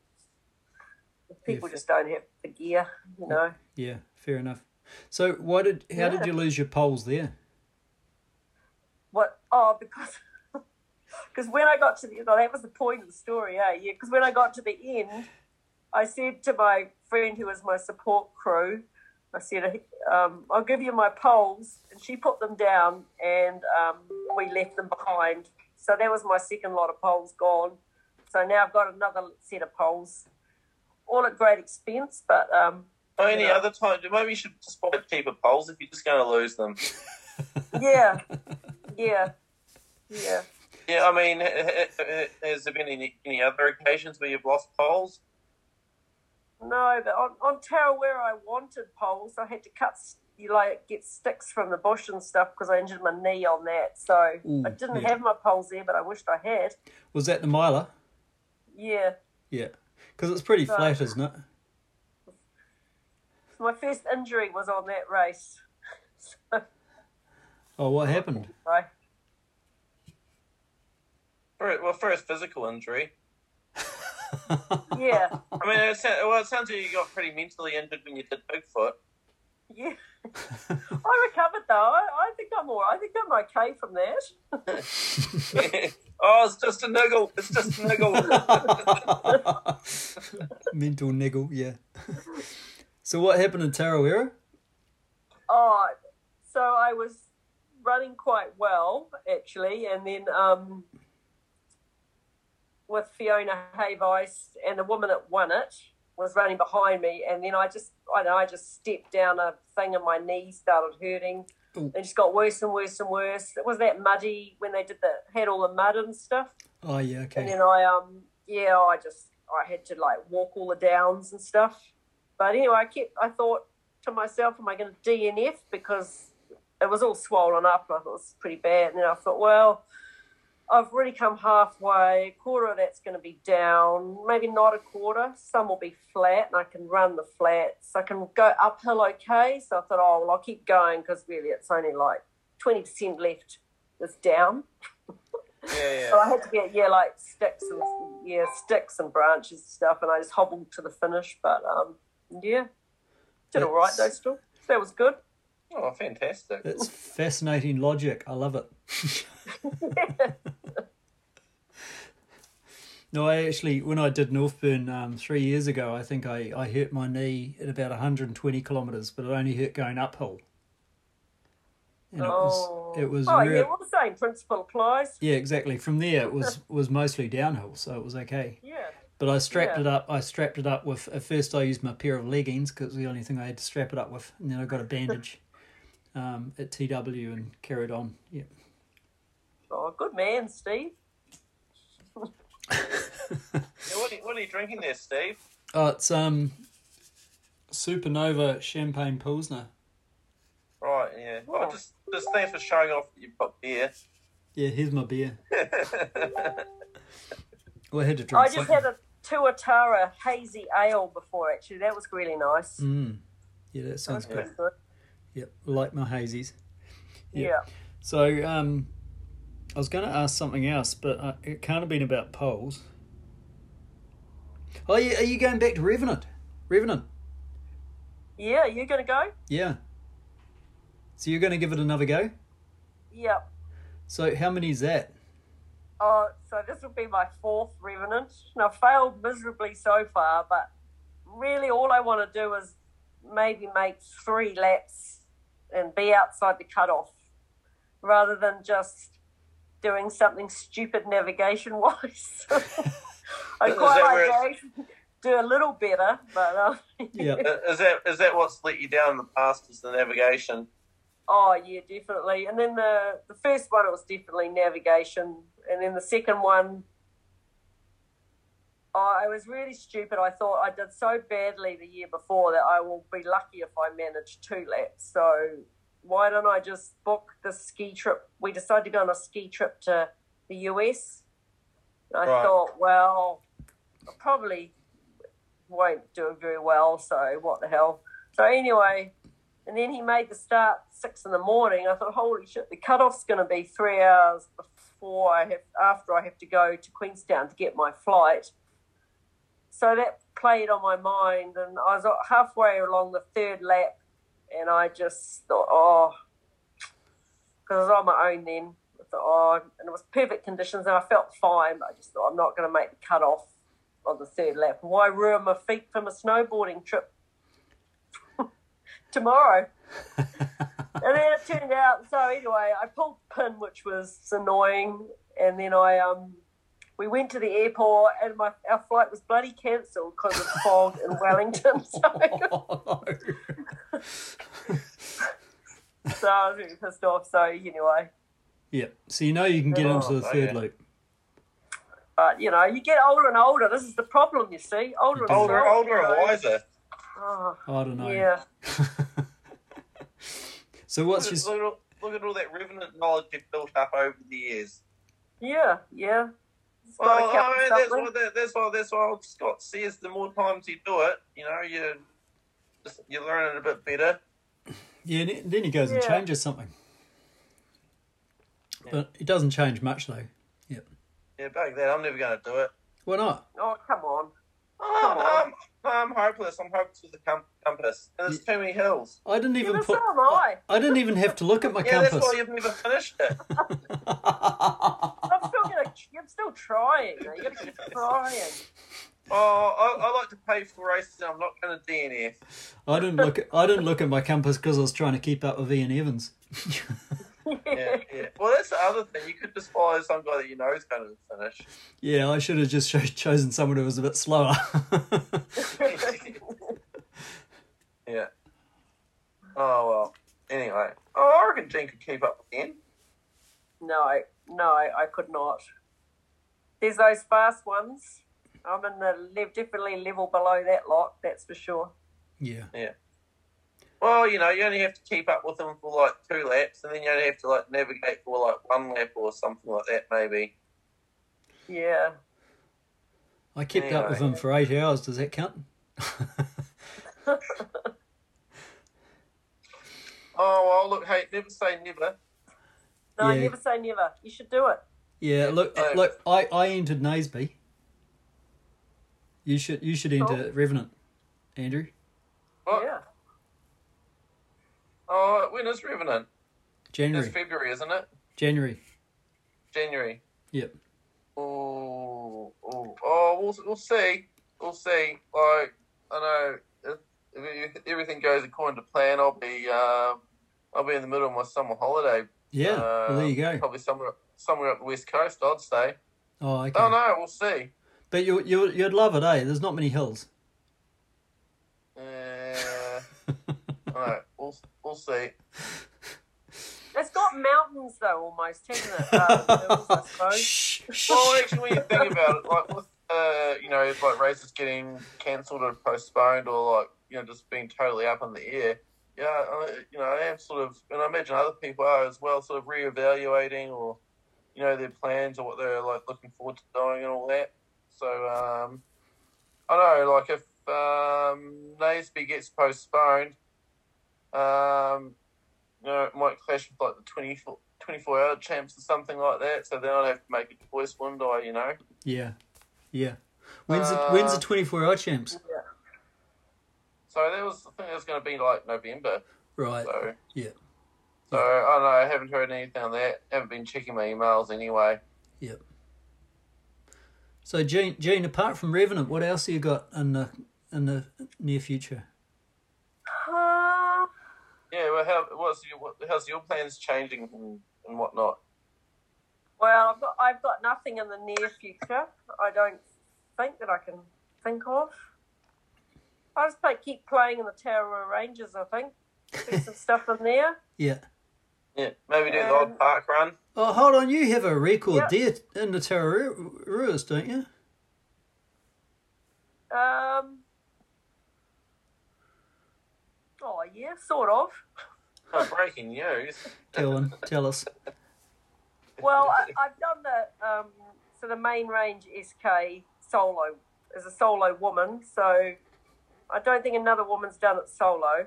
People Yeah. just don't have the gear, you know. Yeah. Fair enough. So, why did? How did Yeah. you lose your poles there? What? Oh, because because when I got to the well, that was the point of the story, eh? Yeah, because when I got to the end, I said to my friend who was my support crew, I said, um, "I'll give you my poles," and she put them down, and um, we left them behind. So that was my second lot of poles gone. So now I've got another set of poles, all at great expense, but um, Only Yeah. other time, maybe you should just buy cheaper poles if you're just going to lose them. yeah, yeah, yeah. Yeah, I mean, h- h- h- has there been any, any other occasions where you've lost poles? No, but on, on Tara where I wanted poles, I had to cut, s- you like get sticks from the bush and stuff because I injured my knee on that. So Ooh, I didn't yeah. have my poles there, but I wished I had. Was that the miler? Yeah, Yeah. Because it's pretty No. flat, isn't it? my first injury was on that race. so, Oh, what happened? I, Fir- Well, first physical injury. yeah, I mean, it sounds, well, it sounds like you got pretty mentally injured when you did Bigfoot. yeah. I recovered though. I, I think I'm all. I think I'm okay from that. oh, it's just a niggle. It's just a niggle. Mental niggle, yeah. so what happened in Tarawera? Oh, so I was running quite well actually, and then um, with Fiona Hayvice and the woman that won it was running behind me, and then I just I know I just stepped down a thing, and my knee started hurting. Ooh. and It just got worse and worse and worse. It was that muddy when they did the had all the mud and stuff, Oh yeah, and okay. then I um yeah I just I had to like walk all the downs and stuff. But anyway, I kept I thought to myself, am I going to DNF because it was all swollen up and I thought it was pretty bad. And then I thought, well, I've already come halfway. A quarter of that's going to be down, maybe not a quarter. Some will be flat, and I can run the flats. I can go uphill okay. So I thought, oh well, I'll keep going because really it's only like twenty percent left. that's down. yeah, So yeah. Oh, I had to get yeah, like sticks and yeah, sticks and branches and stuff, and I just hobbled to the finish. But um, yeah, did all right though. That's- Still, that was good. Oh, fantastic. That's fascinating logic. I love it. no, I actually, when I did Northburn um, three years ago, I think I, I hurt my knee at about 120 kilometres, but it only hurt going uphill. And oh, it was, it was oh real- yeah, well the same principle applies. Yeah, exactly. From there, it was was mostly downhill, so it was okay. Yeah, But I strapped Yeah. it up. I strapped it up with. At first, I used my pair of leggings because the only thing I had to strap it up with, and then I got a bandage um, at TW and carried on. Yeah, oh good man, Steve. Yeah, what, are you, what are you drinking there, Steve? oh, it's um, Supernova Champagne Pilsner. Right, yeah. Well, Oh. just just thanks for showing off that you've got beer. Yeah, here's my beer. Uh, Well, I had to drink. I just something. had a Tuatara hazy ale before, actually. That was really nice. Mm. Yeah, that That was sounds good. pretty good. Yep, like my hazies. Yeah. Yeah. So, um, I was going to ask something else, but uh, it can't have been about polls. Oh, yeah, are you going back to Revenant? Revenant, Yeah, you going to go? yeah. So you're going to give it another go. Yeah. So how many is that? Oh, so this will be my fourth Revenant. And I've failed miserably so far, but really all I want to do is maybe make three laps and be outside the cutoff rather than just doing something stupid navigation wise. I Is quite that like where to actually do a little better, but um, Yep. I- Is that is that what's let you down in the past? Is the navigation? Oh yeah, definitely. And then the the first one it was definitely navigation, and then the second one, oh, I was really stupid. I thought I did so badly the year before that I will be lucky if I manage two laps. So why don't I just book the ski trip? We decided to go on a ski trip to the US. And I Right. thought, well, I probably won't do very well. So what the hell? So anyway. And then he made the start six in the morning. I thought, holy shit, the cutoff's going to be three hours before I have, after I have to go to Queenstown to get my flight. So that played on my mind, and I was halfway along the third lap, and I just thought, oh, because I was on my own then. I thought, oh, and it was perfect conditions, and I felt fine, but I just thought, I'm not going to make the cutoff on the third lap. Why ruin my feet from a snowboarding trip tomorrow? and then it turned out. So anyway, I pulled pin, which was annoying. And then I um, we went to the airport, and my our flight was bloody cancelled because of fog in Wellington. Oh, So, no. so I was really pissed off. So anyway, yep. So you know you can get Oh, into the third okay. loop. but you know, you get older and older. This is the problem, you see. Older and Older, older, you know. and wiser. Oh, I don't know. yeah. so what's Look your at, look, at all, look at all that revenant knowledge you've built up over the years. Yeah, yeah. It's Well, gotta count I mean, Oh, that's something. why, that, that's why that's why old Scott says the more times you do it, you know, you just, you learn it a bit better. Yeah, and it- then he goes and Yeah. changes something. But it doesn't change much though. Yeah, back then I'm never going to do it. Why not? Oh, come on. Come Oh, on. I'm, I'm hopeless. I'm hopeless with the com- compass. And there's too many hills. I didn't even Yeah, put. so am I. I didn't even have to look at my Yeah, that's compass. why you've never finished it. I'm still gonna. I'm still trying. You're gonna keep trying. oh, I, I like to pay for races. I'm not going to DNF. I didn't look. At, I didn't look at my compass because I was trying to keep up with Ian Evans. Yeah, yeah. Well, that's the other thing. You could just follow some guy that you know is going to finish. yeah, I should have just cho- chosen someone who was a bit slower. yeah. Oh well. Anyway, oh, I reckon Gene could keep up again. No, no, I could not. There's those fast ones. I'm in the lev- definitely level below that lot. That's for sure. yeah, Well, you know, you only have to keep up with them for like two laps, and then you only have to like navigate for like one lap or something like that, maybe. Yeah. I kept up with Anyway. him for eight hours. Does that count? Oh well, look, hey, never say never. No, Yeah. never say never. You should do it. Yeah. Look, uh, Oh. look. I, I entered Naseby. You should. You should Oh. enter Revenant, Andrew. What? Yeah. Oh, when is Revenant? It's January. February, isn't it? January. January. Yep. Oh, oh, oh we'll, we'll see. We'll see. Like, I know if, if everything goes according to plan, I'll be um, I'll be in the middle of my summer holiday. Yeah. well, there you um, go. Probably somewhere somewhere up the west coast, I'd say. Oh, okay. Don't know. We'll see. But you you you'd love it, eh? There's not many hills. Uh, all right, we'll we'll see. It's got mountains though, almost, hasn't Uh, it? Um, hills, I suppose. Shh, shh. Well, actually, when you think about it, like with uh, you know, if, like races getting cancelled or postponed, or like you know, just being totally up in the air, yeah, I, you know, I am sort of, and I imagine other people are as well, sort of reevaluating or, you know, their plans or what they're like looking forward to doing and all that. So, um, I know, like if um, Naseby gets postponed, um, you know, it might clash with like the 24, 24 hour champs or something like that. So then I'd have to make a choice, wouldn't I? You know, Yeah. Yeah. When's, Uh, the, when's the 24 hour champs? so that was I think it was going to be like November. Right. So Yeah. so I don't know. I haven't heard anything on that. Haven't been checking my emails anyway. Yep. So Gene, Gene, apart from Revenant, what else have you got in the in the near future? Uh, Yeah, well, how what's your what, how's your plans changing and, and whatnot? well, I've got, I've got nothing in the near future. I don't think that I can think of. I just play, keep playing in the Tower of Rangers, I think. Do some stuff in there. Yeah. Yeah, maybe do the Um, odd park run. Oh, hold on. You have a record Yep. there in the Tararurus, don't you? Um, oh, yeah, sort of. Oh, breaking news. Tell them. Tell us. Well, I, I've done the um, so the main range SK solo as a solo woman, so I don't think another woman's done it solo.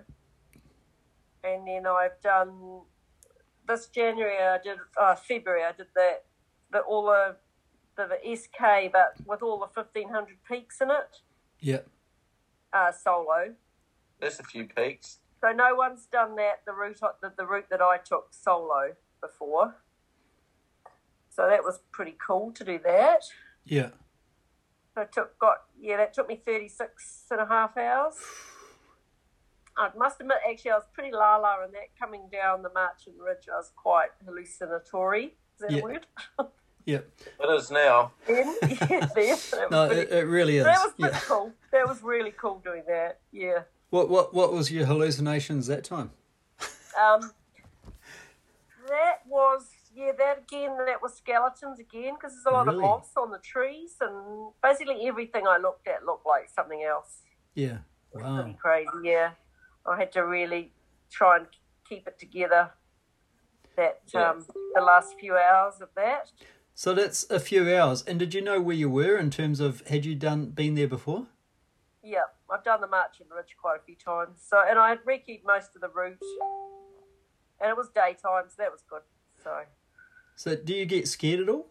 And then I've done this January, I did uh, February, I did that the all the, the the SK, but with all the fifteen hundred peaks in it, Yeah. uh, solo. There's a few peaks. So no one's done that the route I- the, the route that I took solo before. So that was pretty cool to do that. Yeah. I took got yeah, that took me 36 and a half hours. I must admit, actually, I was pretty la la in that coming down the Marching Ridge. I was quite hallucinatory. Is that Yeah. a word? Yeah. It is now. then, yeah, then. That was, No, pretty, it, it really is. that was pretty Yeah. cool. That was really cool doing that. Yeah. What what what was your hallucinations that time? Um, that was yeah. That again. That was skeletons again because there's a lot Really? of moss on the trees and basically everything I looked at looked like something else. Yeah. Wow. Pretty crazy. Yeah, I had to really try and keep it together. That um, the last few hours of that. So that's a few hours. And did you know where you were in terms of had you done been there before? Yeah, I've done the March and Ridge quite a few times. So and I had rekied most of the route, and it was daytime, so that was good. So. So do you get scared at all?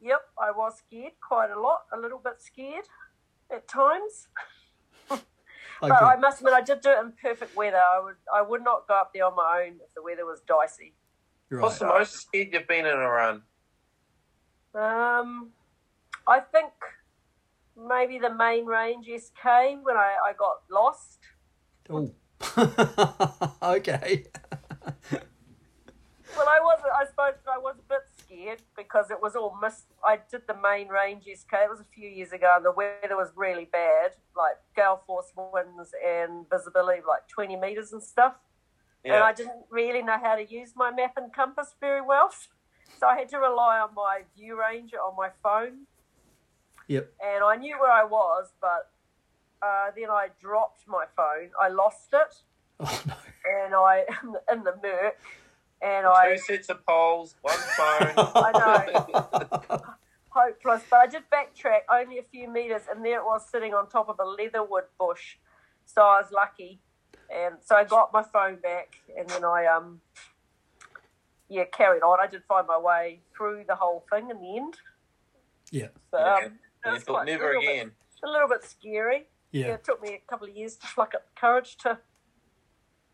Yep, I was scared quite a lot, a little bit scared at times. I But could- I must admit, I did do it in perfect weather. I would, I would not go up there on my own if the weather was dicey. right. What's the most scared you've been in a run? Um, I think maybe the main range SK when I, I got lost. Oh. okay. Well, I was, I suppose I was a bit scared because it was all mist. I did the main range SK. It was a few years ago, and the weather was really bad, like gale force winds and visibility of like twenty meters and stuff. and I didn't really know how to use my map and compass very well. So I had to rely on my view ranger on my phone, Yep. and I knew where I was, but uh, then I dropped my phone. I lost it, Oh no. and I in the murk, and Two I sets of poles, one phone. hopeless. But I did backtrack only a few meters, and there it was sitting on top of a leatherwood bush. So I was lucky, and so I got my phone back, and then I um, yeah, carried on. I did find my way through the whole thing in the end. Yeah. So Yeah. um, that And you was thought quite- never a little bit- again. a little bit scary. Yeah. Yeah, it took me a couple of years to pluck up the courage to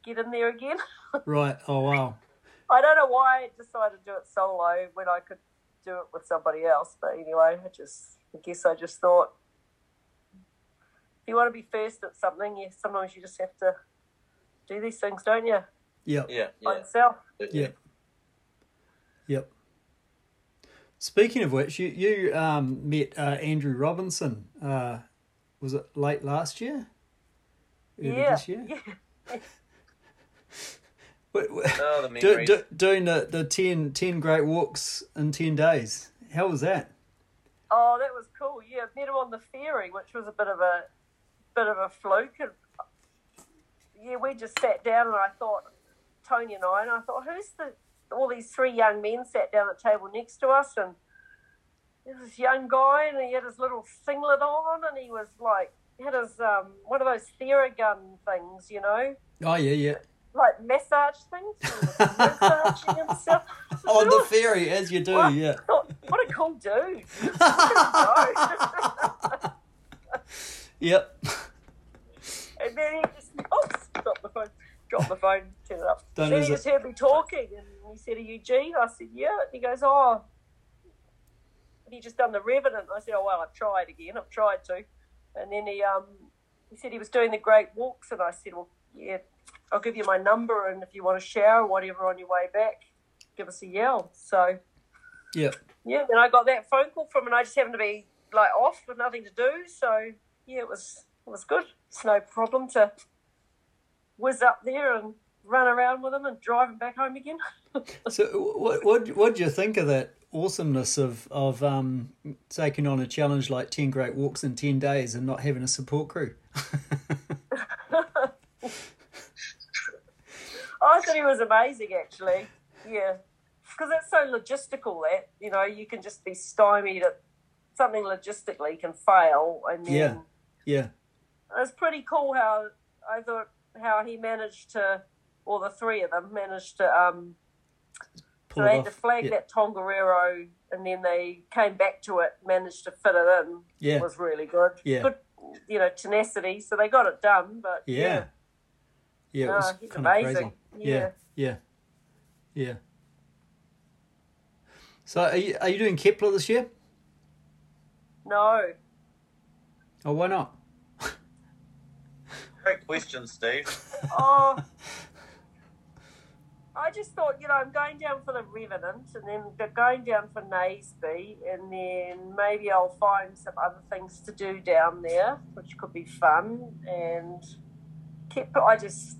get in there again. Right. Oh wow. I don't know why I decided to do it solo when I could do it with somebody else. But anyway, I just, I guess I just thought, if you want to be first at something, you sometimes you just have to do these things, don't you? Yep. Yeah, By yeah. yourself. Yep. Yep. Speaking of which, you you um, met uh, Andrew Robinson. Uh, was it late last year? Early Yeah. This year. yeah. Wait, wait, Oh, the do, memories. do, doing the, the 10, 10 great walks in ten days. How was that? Oh, that was cool. Yeah, met him on the ferry, which was a bit of a bit of a fluke. And yeah, we just sat down and I thought, Tony and I, and I thought, who's the, all these three young men sat down at the table next to us and there was this young guy and he had his little singlet on and he was like, had his, um, one of those Theragun things, you know, Oh yeah, yeah. like massage things. He was massaging himself. On Oh, the ferry, as you do, What? yeah. Thought, what a cool dude. Yep. And then he just oops, dropped the phone, dropped the phone, turn it up. Don't then lose he it. just heard me talking, and he said, "Are you Gene?" I said, "Yeah." And he goes, "Oh." Have you just done the Revenant? I said, "Oh well, I've tried again. I've tried to." And then he um he said he was doing the Great Walks, and I said, "Well, yeah, I'll give you my number, and if you want to shower or whatever on your way back, give us a yell." So Yep. yeah, then I got that phone call from, and I just happened to be like off with nothing to do. So yeah, it was it was good. It's no problem to whiz up there and run around with them and drive them back home again. So, what what what do you think of that awesomeness of of um, taking on a challenge like ten great walks in ten days and not having a support crew? I thought he was amazing, actually. Yeah, because it's so logistical that you know you can just be stymied at something logistically can fail, and then Yeah. Yeah. it was pretty cool how I thought how he managed to, or the three of them managed to um, So Pull they it had to off. flag yeah. that Tongariro, and then they came back to it, managed to fit it in. Yeah. was really good. Yeah. Good, you know, tenacity. So they got it done. But Yeah. Yeah. yeah, it No, was he's kind of crazy. amazing. Yeah. Yeah. Yeah. So, are you, are you doing Kepler this year? no, Oh, why not? Great question, Steve. oh, I just thought, you know, I'm going down for the Revenant and then go- going down for Naseby, and then maybe I'll find some other things to do down there, which could be fun. And kept, I just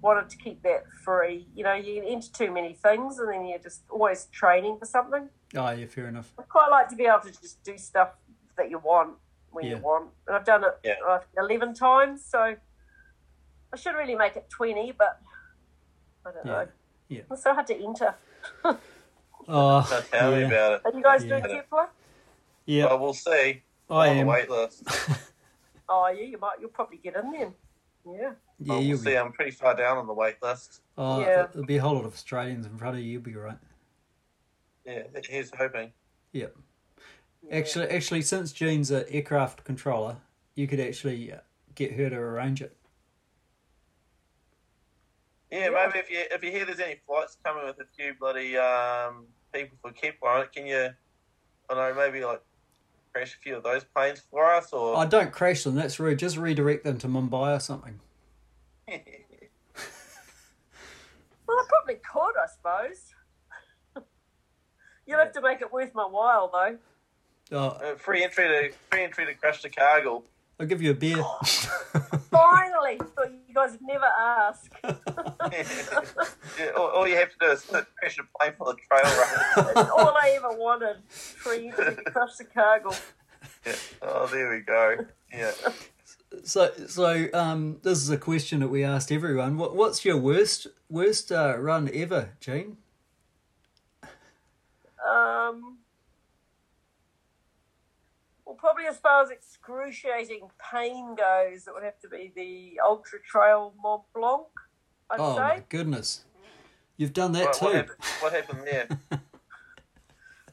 wanted to keep that free. You know, you get into too many things, and then you're just always training for something. Oh, yeah, fair enough. I quite like to be able to just do stuff that you want when Yeah. you want. And I've done it Yeah. uh, 11 times, so I should really make it 20, but I don't Yeah. know. Yeah. It's so hard to enter. Oh, Now tell me yeah. about it. Are you guys Yeah. doing Kepler? Yeah, Oh, Well, we'll see. I on am. the wait list. Oh, yeah, you might. You'll probably get in then. Yeah. Yeah, Well, you'll we'll see. be. I'm pretty far down on the wait list. Oh, Yeah. there'll be a whole lot of Australians in front of you. You'll be right. Yeah, here's hoping. Yep. Actually, actually, since Jean's an aircraft controller, you could actually uh, get her to arrange it. Yeah, Yeah. maybe if you if you hear there's any flights coming with a few bloody um, people for Kepler on it, can you? I don't know maybe like crash a few of those planes for us, or I don't crash them. That's rude. Just redirect them to Mumbai or something. Well, I probably could, I suppose. You'll have to make it worth my while, though. Oh, Uh, free entry to free entry to crash to Cargill. I'll give you a beer. Finally, Thought you guys have never asked. yeah, all, all you have to do is crash a plane for the trail run. It's all I ever wanted. Free to across the cargo. yeah. Oh, there we go. Yeah. So, so um, this is a question that we asked everyone. What, what's your worst worst uh, run ever, Jean? Um, well, probably as far as excruciating pain goes, it would have to be the Ultra Trail Mont Blanc, I'd Oh say. my goodness, you've done that Right, what, too. happened, what happened there?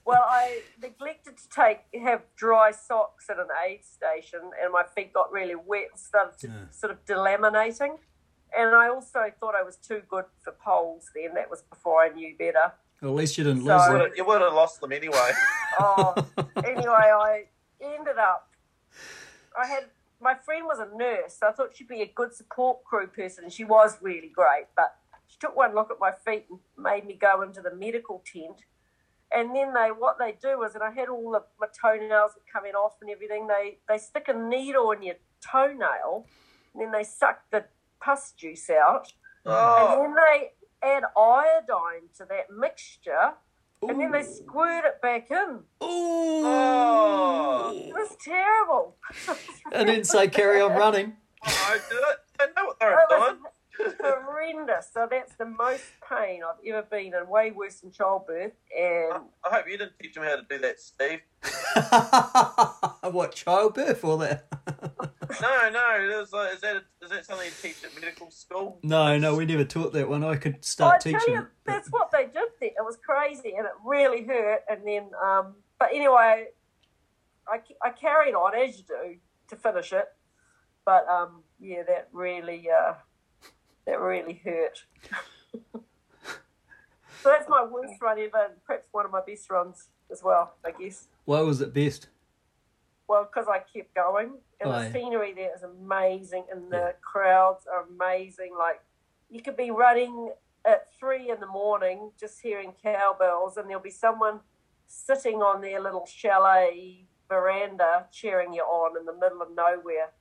Well, I neglected to take have dry socks at an aid station, and my feet got really wet and started to, Yeah. sort of delaminating. And I also thought I was too good for poles then. That was before I knew better. Well, at least you didn't So- lose Would've- you would have lost them anyway. Oh, anyway, I ended up. I had my friend was a nurse. So I thought she'd be a good support crew person, and she was really great. But she took one look at my feet and made me go into the medical tent. And then they, what they do is, and I had all the my toenails were coming off and everything. They they stick a needle in your toenail, and then they suck the pus juice out, and Oh, then they add iodine to that mixture, and then they it. squirt it back in. Ooh. It was terrible. and then say carry on running. I did it. I know what they It were was, doing. horrendous. So that's the most pain I've ever been in, way worse than childbirth. And I hope you didn't teach him how to do that, Steve. what childbirth or that? No, no. It was like, is that a, is that something you teach at medical school? no, no, we never taught that one. I could I start tell teaching. you, it, but- that's what they did there. It was crazy and it really hurt. And then, um, but anyway, I, I carried on as you do to finish it. But um, yeah, that really, uh, that really hurt. so that's my worst run ever, and perhaps one of my best runs as well, I guess. Why was it best? Well, because I kept going, and Aye. the scenery there is amazing, and the Yeah. crowds are amazing. Like you could be running at three in the morning, just hearing cowbells, and there'll be someone sitting on their little chalet veranda cheering you on in the middle of nowhere.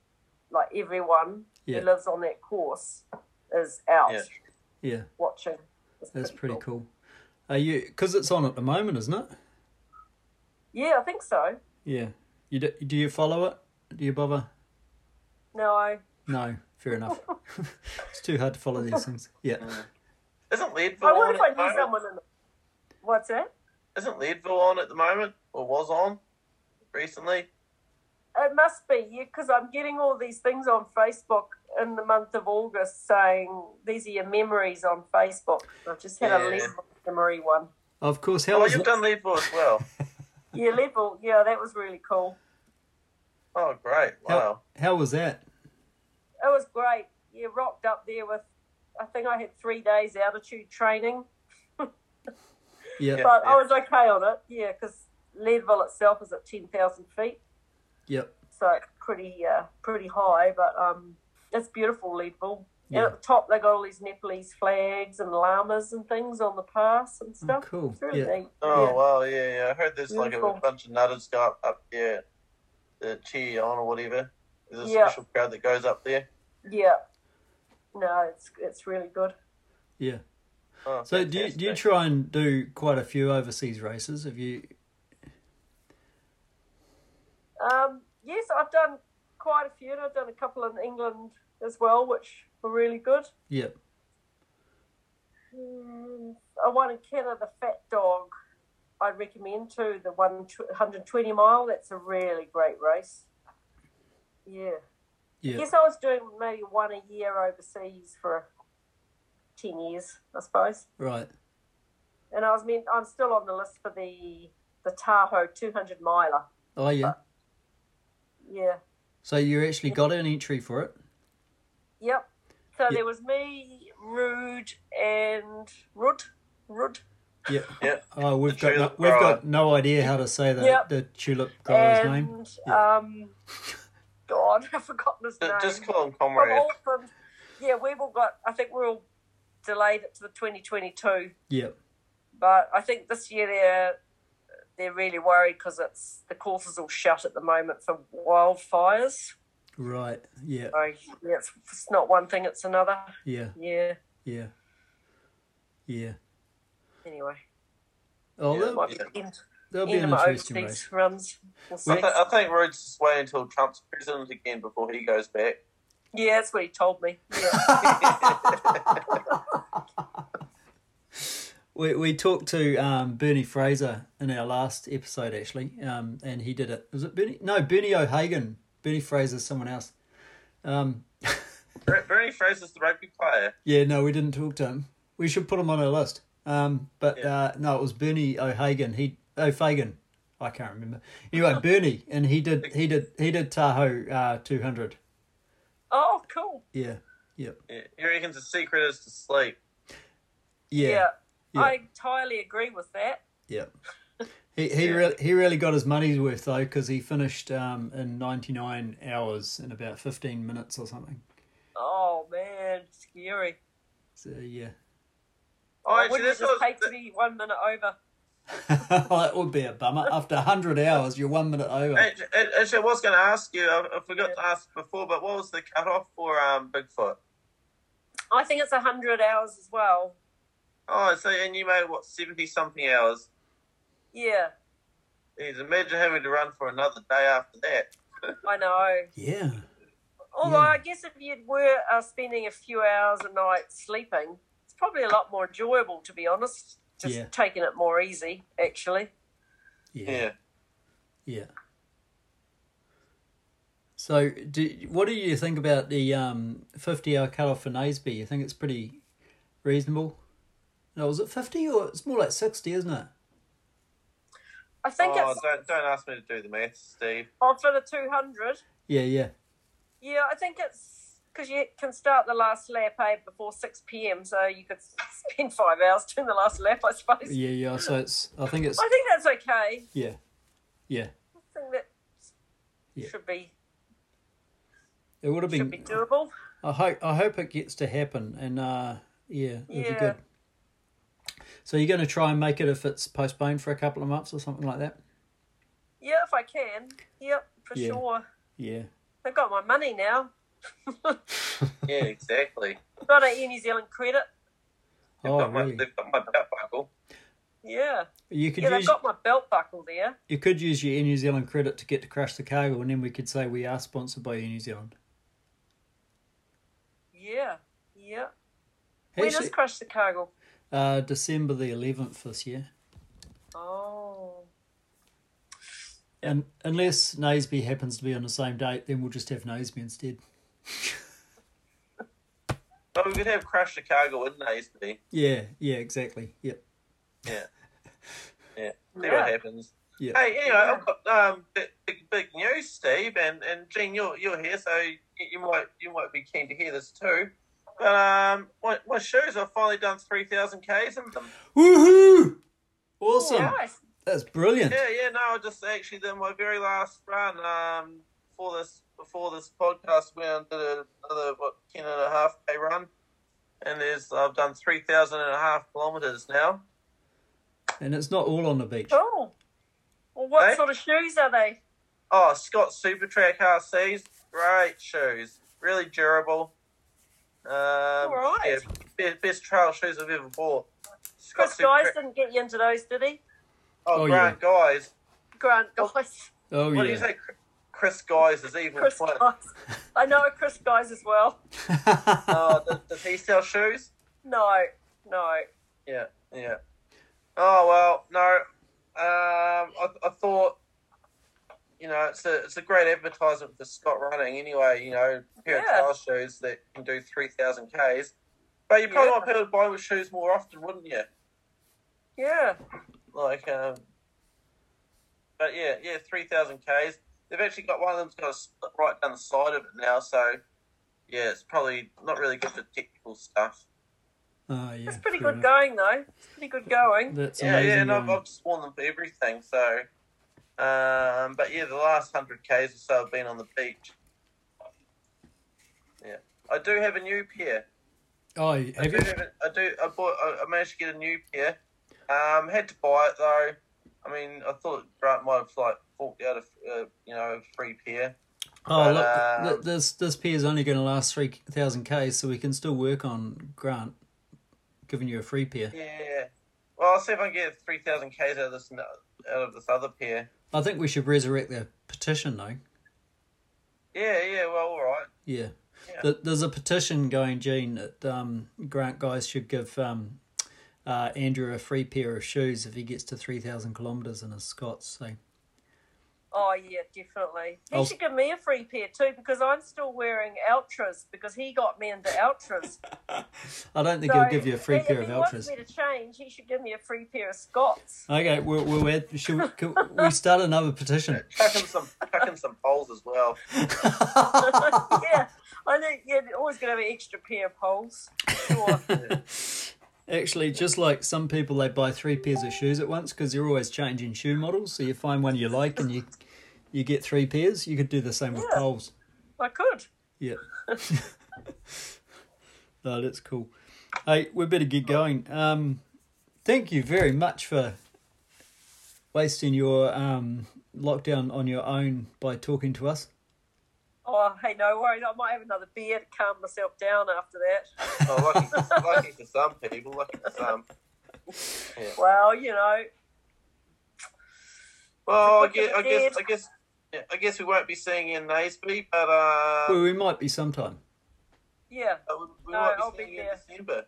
Like everyone Yeah. who lives on that course is out Yeah. Yeah, watching. It's that's pretty cool. Are you? Because it's on at the moment, isn't it? Yeah, I think so. Yeah. You do, do you follow it? Do you bother? No, I No, fair enough. it's too hard to follow these things. Yeah. Mm. Isn't Leadville I on wonder at if I the knew moment? someone in. The... What's that? Isn't Leadville on at the moment, or was on recently? It must be, yeah, because I'm getting all these things on Facebook in the month of August saying these are your memories on Facebook. I've just had Yeah. a Leadville memory one. Of course. How Oh, was you've it? done Leadville as well. Yeah, Leadville, yeah, that was really cool. Oh, great! How- Wow. how was that? It was great. Yeah, rocked up there with, I think I had three days altitude training, Yeah. Yeah. Yep. but I was okay on it, yeah, because Leadville itself is at 10,000 feet, so it's pretty, uh, pretty high, but um, it's beautiful, Leadville. Yeah. And at the top, they got all these Nepalese flags and llamas and things on the pass and Oh, stuff. cool. It's really Yeah. neat. Oh yeah. wow, yeah, yeah. I heard there's like a, Beautiful. bunch of nutters go up, up there to cheer you on or whatever. There's a Yeah. special crowd that goes up there. Yeah. No, it's it's really good. Yeah. Oh, So do you, do you fantastic. try and do quite a few overseas races? Have you? Um, yes, I've done quite a few. and I've done a couple in England as well, which were really good. Yeah. Mm, I won in Canada, the Fat Dog. I recommend to the one tw- 120 mile. That's a really great race. Yeah. Yeah. Yes, I was doing maybe one a year overseas for 10 years, I suppose. Right. And I was meant, I'm still on the list for the the Tahoe 200 miler. Oh Uh, yeah. Yeah. So you actually got an entry for it? Yep. So Yeah. there was me, Rude, and Rud. Rud. Yeah. Yeah. Oh, we've The got no, tulip we've grower. got no idea how to say the Yep. the tulip grower's name. And, um, God, I've forgotten his Ju- name. Uh, Just call him From comrade. all from, yeah, we've all got, I think we're all delayed it to the 2022, Yeah. but I think this year they're, they're really worried because it's the courses all shut at the moment for wildfires. Right. Yeah. So, yeah, it's, it's not one thing, it's another. Yeah. Yeah, Yeah. Yeah. anyway. Oh, Yeah, that, Might be Yeah. the end, that'll be end of an my interesting overseas race. runs. We'll I, see. th- I think Rude's just waiting until Trump's president again before he goes back. Yeah, that's what he told me. Yeah. We we talked to um, Bernie Fraser in our last episode actually, um, and he did it. Was it Bernie? No, Bernie O'Hagan. Bernie Fraser's someone else. Um, Ber- Bernie Fraser's the rugby player. yeah, no, we didn't talk to him. We should put him on our list. Um, but uh, no, it was Bernie O'Hagan. He O'Fagan. I can't remember. Anyway, Bernie, and he did he did he did Tahoe uh, two hundred. Oh, cool. Yeah, yeah, Yeah. He reckons the secret is to sleep. yeah, Yeah. yeah. Yeah. I entirely agree with that. He he Yeah. really he really got his money's worth though because he finished um, in ninety nine hours in about fifteen minutes or something. Oh, man, scary. So yeah, Oh, I actually, wouldn't this it just was, hate to be one minute over. that would be a bummer. After hundred hours, you're one minute over. actually, actually, I was going to ask you, I, I forgot Yeah. to ask before, but what was the cutoff for um, Bigfoot? I think it's 100 hours as well. Oh, so, and you made, what, 70 something hours? Yeah, Jeez, imagine having to run for another day after that. I know. Yeah, Although Yeah. I guess if you were uh, spending a few hours a night sleeping, it's probably a lot more enjoyable, to be honest. Just Yeah. taking it more easy, actually. Yeah. Yeah. Yeah. So, do, what do you think about the um, 50 hour cutoff for Naseby? You think it's pretty reasonable? No, is it 50 or it's more like 60, isn't it? I think oh, it's don't, don't ask me to do the maths, Steve. oh, for the 200. Yeah, yeah. Yeah, I think it's because you can start the last lap eh, before 6 pm, so you could spend five hours doing the last lap, I suppose. Yeah, yeah. So it's, I think it's, I think that's okay. yeah. Yeah. I think that Yeah. should be It would have should been, be doable. I hope, I hope it gets to happen. And, uh, yeah, it'd be Yeah. good. So, you're going to try and make it if it's postponed for a couple of months or something like that? Yeah, if I can. Yep, for Yeah. sure. Yeah. They've got my money now. Yeah, exactly. Got an Air New Zealand credit. They've, Oh, got, my, really? they've got my belt buckle. Yeah. You could yeah, use, they've got my belt buckle there. You could use your Air New Zealand credit to get to Crash the Cargo, and then we could say we are sponsored by Air New Zealand. Yeah. Yeah. We Actually, just crashed the cargo. uh, December the 11th this year. Oh. And unless Naseby happens to be on the same date, then we'll just have Naseby instead. But we could have Crash Chicago in Naseby. Yeah, yeah, exactly. Yep. See Yeah. what happens. Yeah. Hey, anyway, I've got um, big, big, big news, Steve, and, and Gene, you're, you're here, so you, you might you might be keen to hear this too. But um, my, my shoes, I've finally done 3,000 Ks in them. Woohoo! Awesome. Nice. That's brilliant. Yeah, yeah, no, I just actually did my very last run um, before this before this podcast went and did another, what, 10 and a half K run. And there's I've done 3,000 and a half kilometres now. And it's not all on the beach. Cool. Well, what Hey? sort of shoes are they? Oh, Scott Supertrack RCs, great shoes, really durable. Um, All right. yeah, be- best trail shoes I've ever bought. Scott Chris Guys Supertrack- didn't get you into those, did he? Oh, Oh, Grant Guys. Grant Guys. Oh, What do you yeah. say? Cr- Chris Guys is evil. Chris twin. Guys. I know Chris Guys as well. Oh, does, does he sell shoes? No, no. Yeah, yeah. Oh well, no. Um, I, I thought, you know, it's a it's a great advertisement for Scott running. Anyway, you know, a pair Yeah. of trail shoes that can do three thousand k's. But you probably Yeah. want people to buy with shoes more often, wouldn't you? Yeah. Like, um, but yeah, yeah, three thousand k's. They've actually got one of them's got a split right down the side of it now, so yeah, it's probably not really good for technical stuff. Oh, yeah. It's pretty fair good enough. going, though. It's pretty good going. That's yeah, amazing. yeah, and I've, going. I've just worn them for everything. So, um, but yeah, the last hundred k's or so have been on the beach. Yeah, I do have a new pair. Oh, I have do. you? Have a, I do. I bought. I, I managed to get a new pair. Um, had to buy it though. I mean, I thought Grant might have like forked out a uh, you know a free pair. Oh, But, look, um, th- this this pair is only going to last 3,000 Ks, so we can still work on Grant giving you a free pair. Yeah. Well, I'll see if I can get three thousand k's out of this out of this other pair. I think we should resurrect the petition, though. Yeah. Yeah. Well, all right. Yeah. Yeah. Th There's a petition going, Gene, that um, Grant Guys should give um, uh, Andrew a free pair of shoes if he gets to 3,000 kilometres in his Scots. So, Oh, yeah, definitely. He Oh. should give me a free pair, too, because I'm still wearing Ultras, because he got me into Ultras. I don't think So, he'll give you a free if pair of he wants Ultras. me to change, he should give me a free pair of Scots. Okay, we'll, we'll add. Should we, can we start another petition? Chuck in some chuck in some poles as well. yeah, I think you're always going to have an extra pair of poles. Sure. Actually, just like some people, they buy three pairs of shoes at once because they're always changing shoe models. So you find one you like and you you get three pairs. You could do the same with Yeah. poles. I could. Yeah. no, that's cool. Hey, we better get going. Um, thank you very much for wasting your um, lockdown on your own by talking to us. Oh, hey, no worries. I might have another beer to calm myself down after that. Oh, lucky, lucky for some people, lucky for some. Well, you know, Well, I Look at guess, I the guess, dead. I guess, Yeah, I guess we won't be seeing you in Naseby, but uh, Well, we might be sometime. Yeah. we, we No, might be I'll seeing be you in there. December.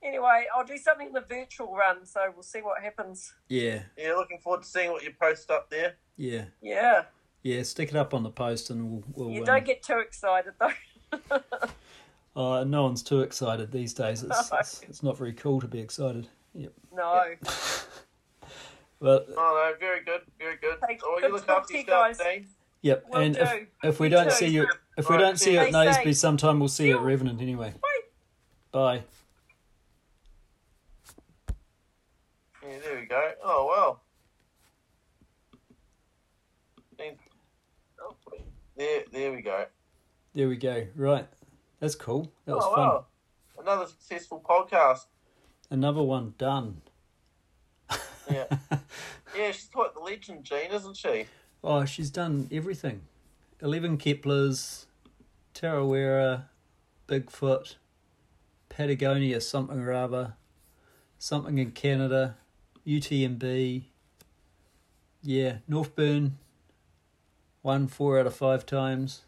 Anyway, I'll do something in the virtual run, so we'll see what happens. Yeah, Yeah, looking forward to seeing what you post up there. yeah, Yeah. yeah. Stick it up on the post, and we'll. we'll You um, don't get too excited though. uh, no one's too excited these days. It's, No. it's it's not very cool to be excited. Yep. no. But Oh no, very good, very good. Thank- oh, you good look talk after to you yourself, guys. Dean. yep. Will and if, do. if we You don't too. see you, if we Alright, don't see you at cheers. Stay Naseby safe. sometime, we'll see you at Revenant anyway. Bye. Bye. Yeah, there we go. Oh well. Dean- oh, There, there we go. There we go. Right. That's cool. That was oh fun. wow, another successful podcast. Another one done. Yeah, yeah, she's quite the legend, Jean, isn't she? Oh, she's done everything. Eleven Keplers, Tarawera, Bigfoot, Patagonia something or other, something in Canada, UTMB. Yeah, Northburn. Won four out of five times.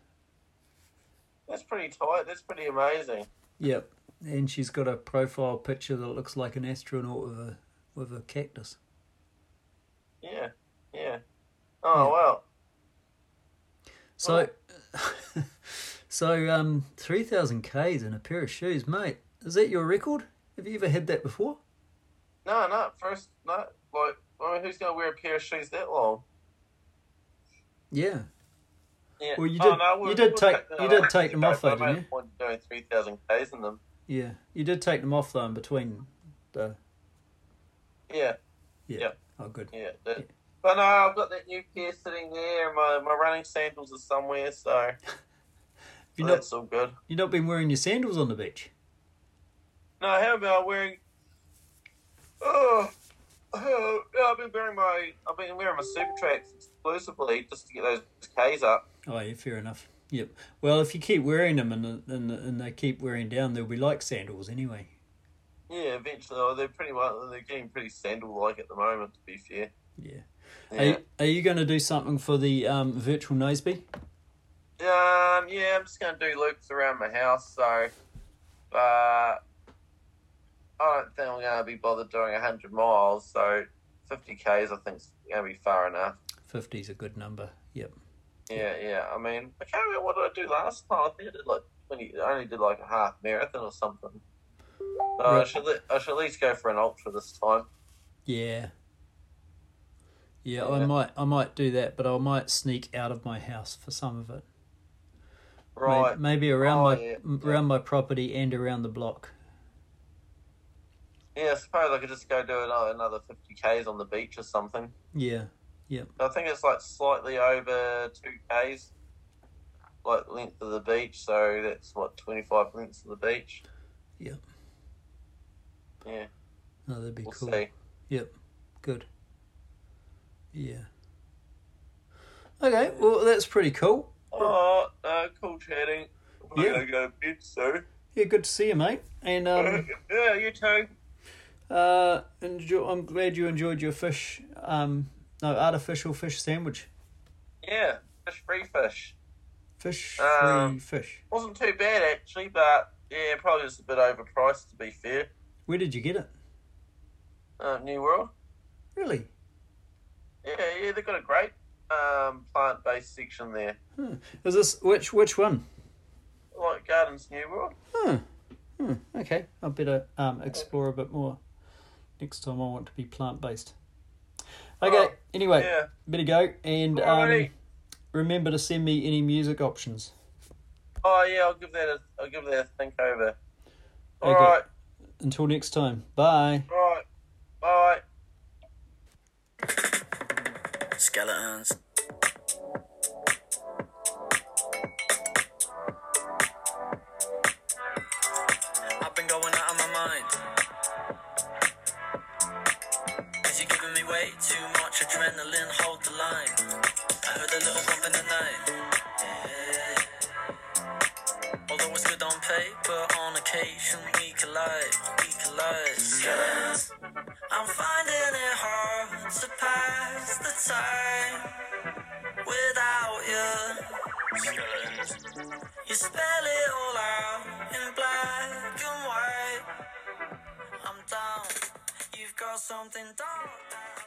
That's pretty tight. That's pretty amazing. Yep, and she's got a profile picture that looks like an astronaut with a with a cactus. Yeah, yeah. Oh wow. So, so um, three thousand k's in a pair of shoes, mate. Is that your record? Have you ever had that before? No, no. First, no. Like, I mean, who's going to wear a pair of shoes that long? Yeah. Yeah. Well, you Oh, did- no, you we'll- did we'll take- that you off. did take them off, though, I made didn't a you? point of doing three thousand k's in them. Yeah, you did take them off though in between. The Yeah, yeah. Yep. Oh, good. yeah. that- But no, I've got that new pair sitting there. and My my running sandals are somewhere, so, You so not that's all good. you not been wearing your sandals on the beach? No, how about wearing? Oh, oh, no, I've been wearing my I've been wearing my super tracks exclusively just to get those k's up. Oh yeah, fair enough. Yep. Well, if you keep wearing them and and and they keep wearing down, they'll be like sandals anyway. Yeah, eventually oh, they're pretty much they're getting pretty sandal like at the moment. To be fair. Yeah. Are Yeah. you, are you going to do something for the um, virtual nosebee? Um, yeah, I'm just gonna do loops around my house, so uh, I don't think I'm gonna be bothered doing hundred miles, so fifty Ks I think's gonna be far enough. Fifty's a good number. Yep. Yeah, yeah. I mean I can't remember what did I do last time. I think I did like twenty I only did like a half marathon or something. So I Right. should le- I should at least go for an ultra this time. Yeah. Yeah, I Yeah. might I might do that, but I might sneak out of my house for some of it. May- Right. Maybe around Oh, my yeah, m- yeah. around my property and around the block. Yeah, I suppose I could just go do ano- another fifty Ks on the beach or something. Yeah. I think it's like slightly over two k's, like length of the beach. So that's what twenty five lengths of the beach. Yep. Yeah, No, that'd be we'll cool. see. Yep. Good. Yeah. Okay, well that's pretty cool. Oh, no, cool chatting. I'm Yeah. gonna go to bed soon. Yeah, good to see you, mate. And um yeah, you too. uh enjoy, I'm glad you enjoyed your fish um no artificial fish sandwich. Yeah, fish free fish. Fish free Um, fish. Wasn't too bad actually, but yeah, probably just a bit overpriced to be fair. Where did you get it? Uh, New World. Really? Yeah, yeah, they've got a great um, plant based section there. Huh. Is this which which one? Like Gardens New World. Huh. Hmm. Okay. I better um, explore a bit more. Next time I want to be plant based. Okay. Oh, anyway, yeah. better go and um, Alrighty. remember to send me any music options. Oh yeah, I'll give that a I'll give that a think over. All Okay. right, Until next time. Bye. all right, bye. Skeletons. I've been going out of my mind. Cause you're giving me way too much adrenaline, hold the line. I heard a little bump in the night. Yeah. Although it's good on paper, on occasion we collide, we collide. I'm finding it hard to pass the time without You spell it all out in black and white. I'm down. You've got something dark.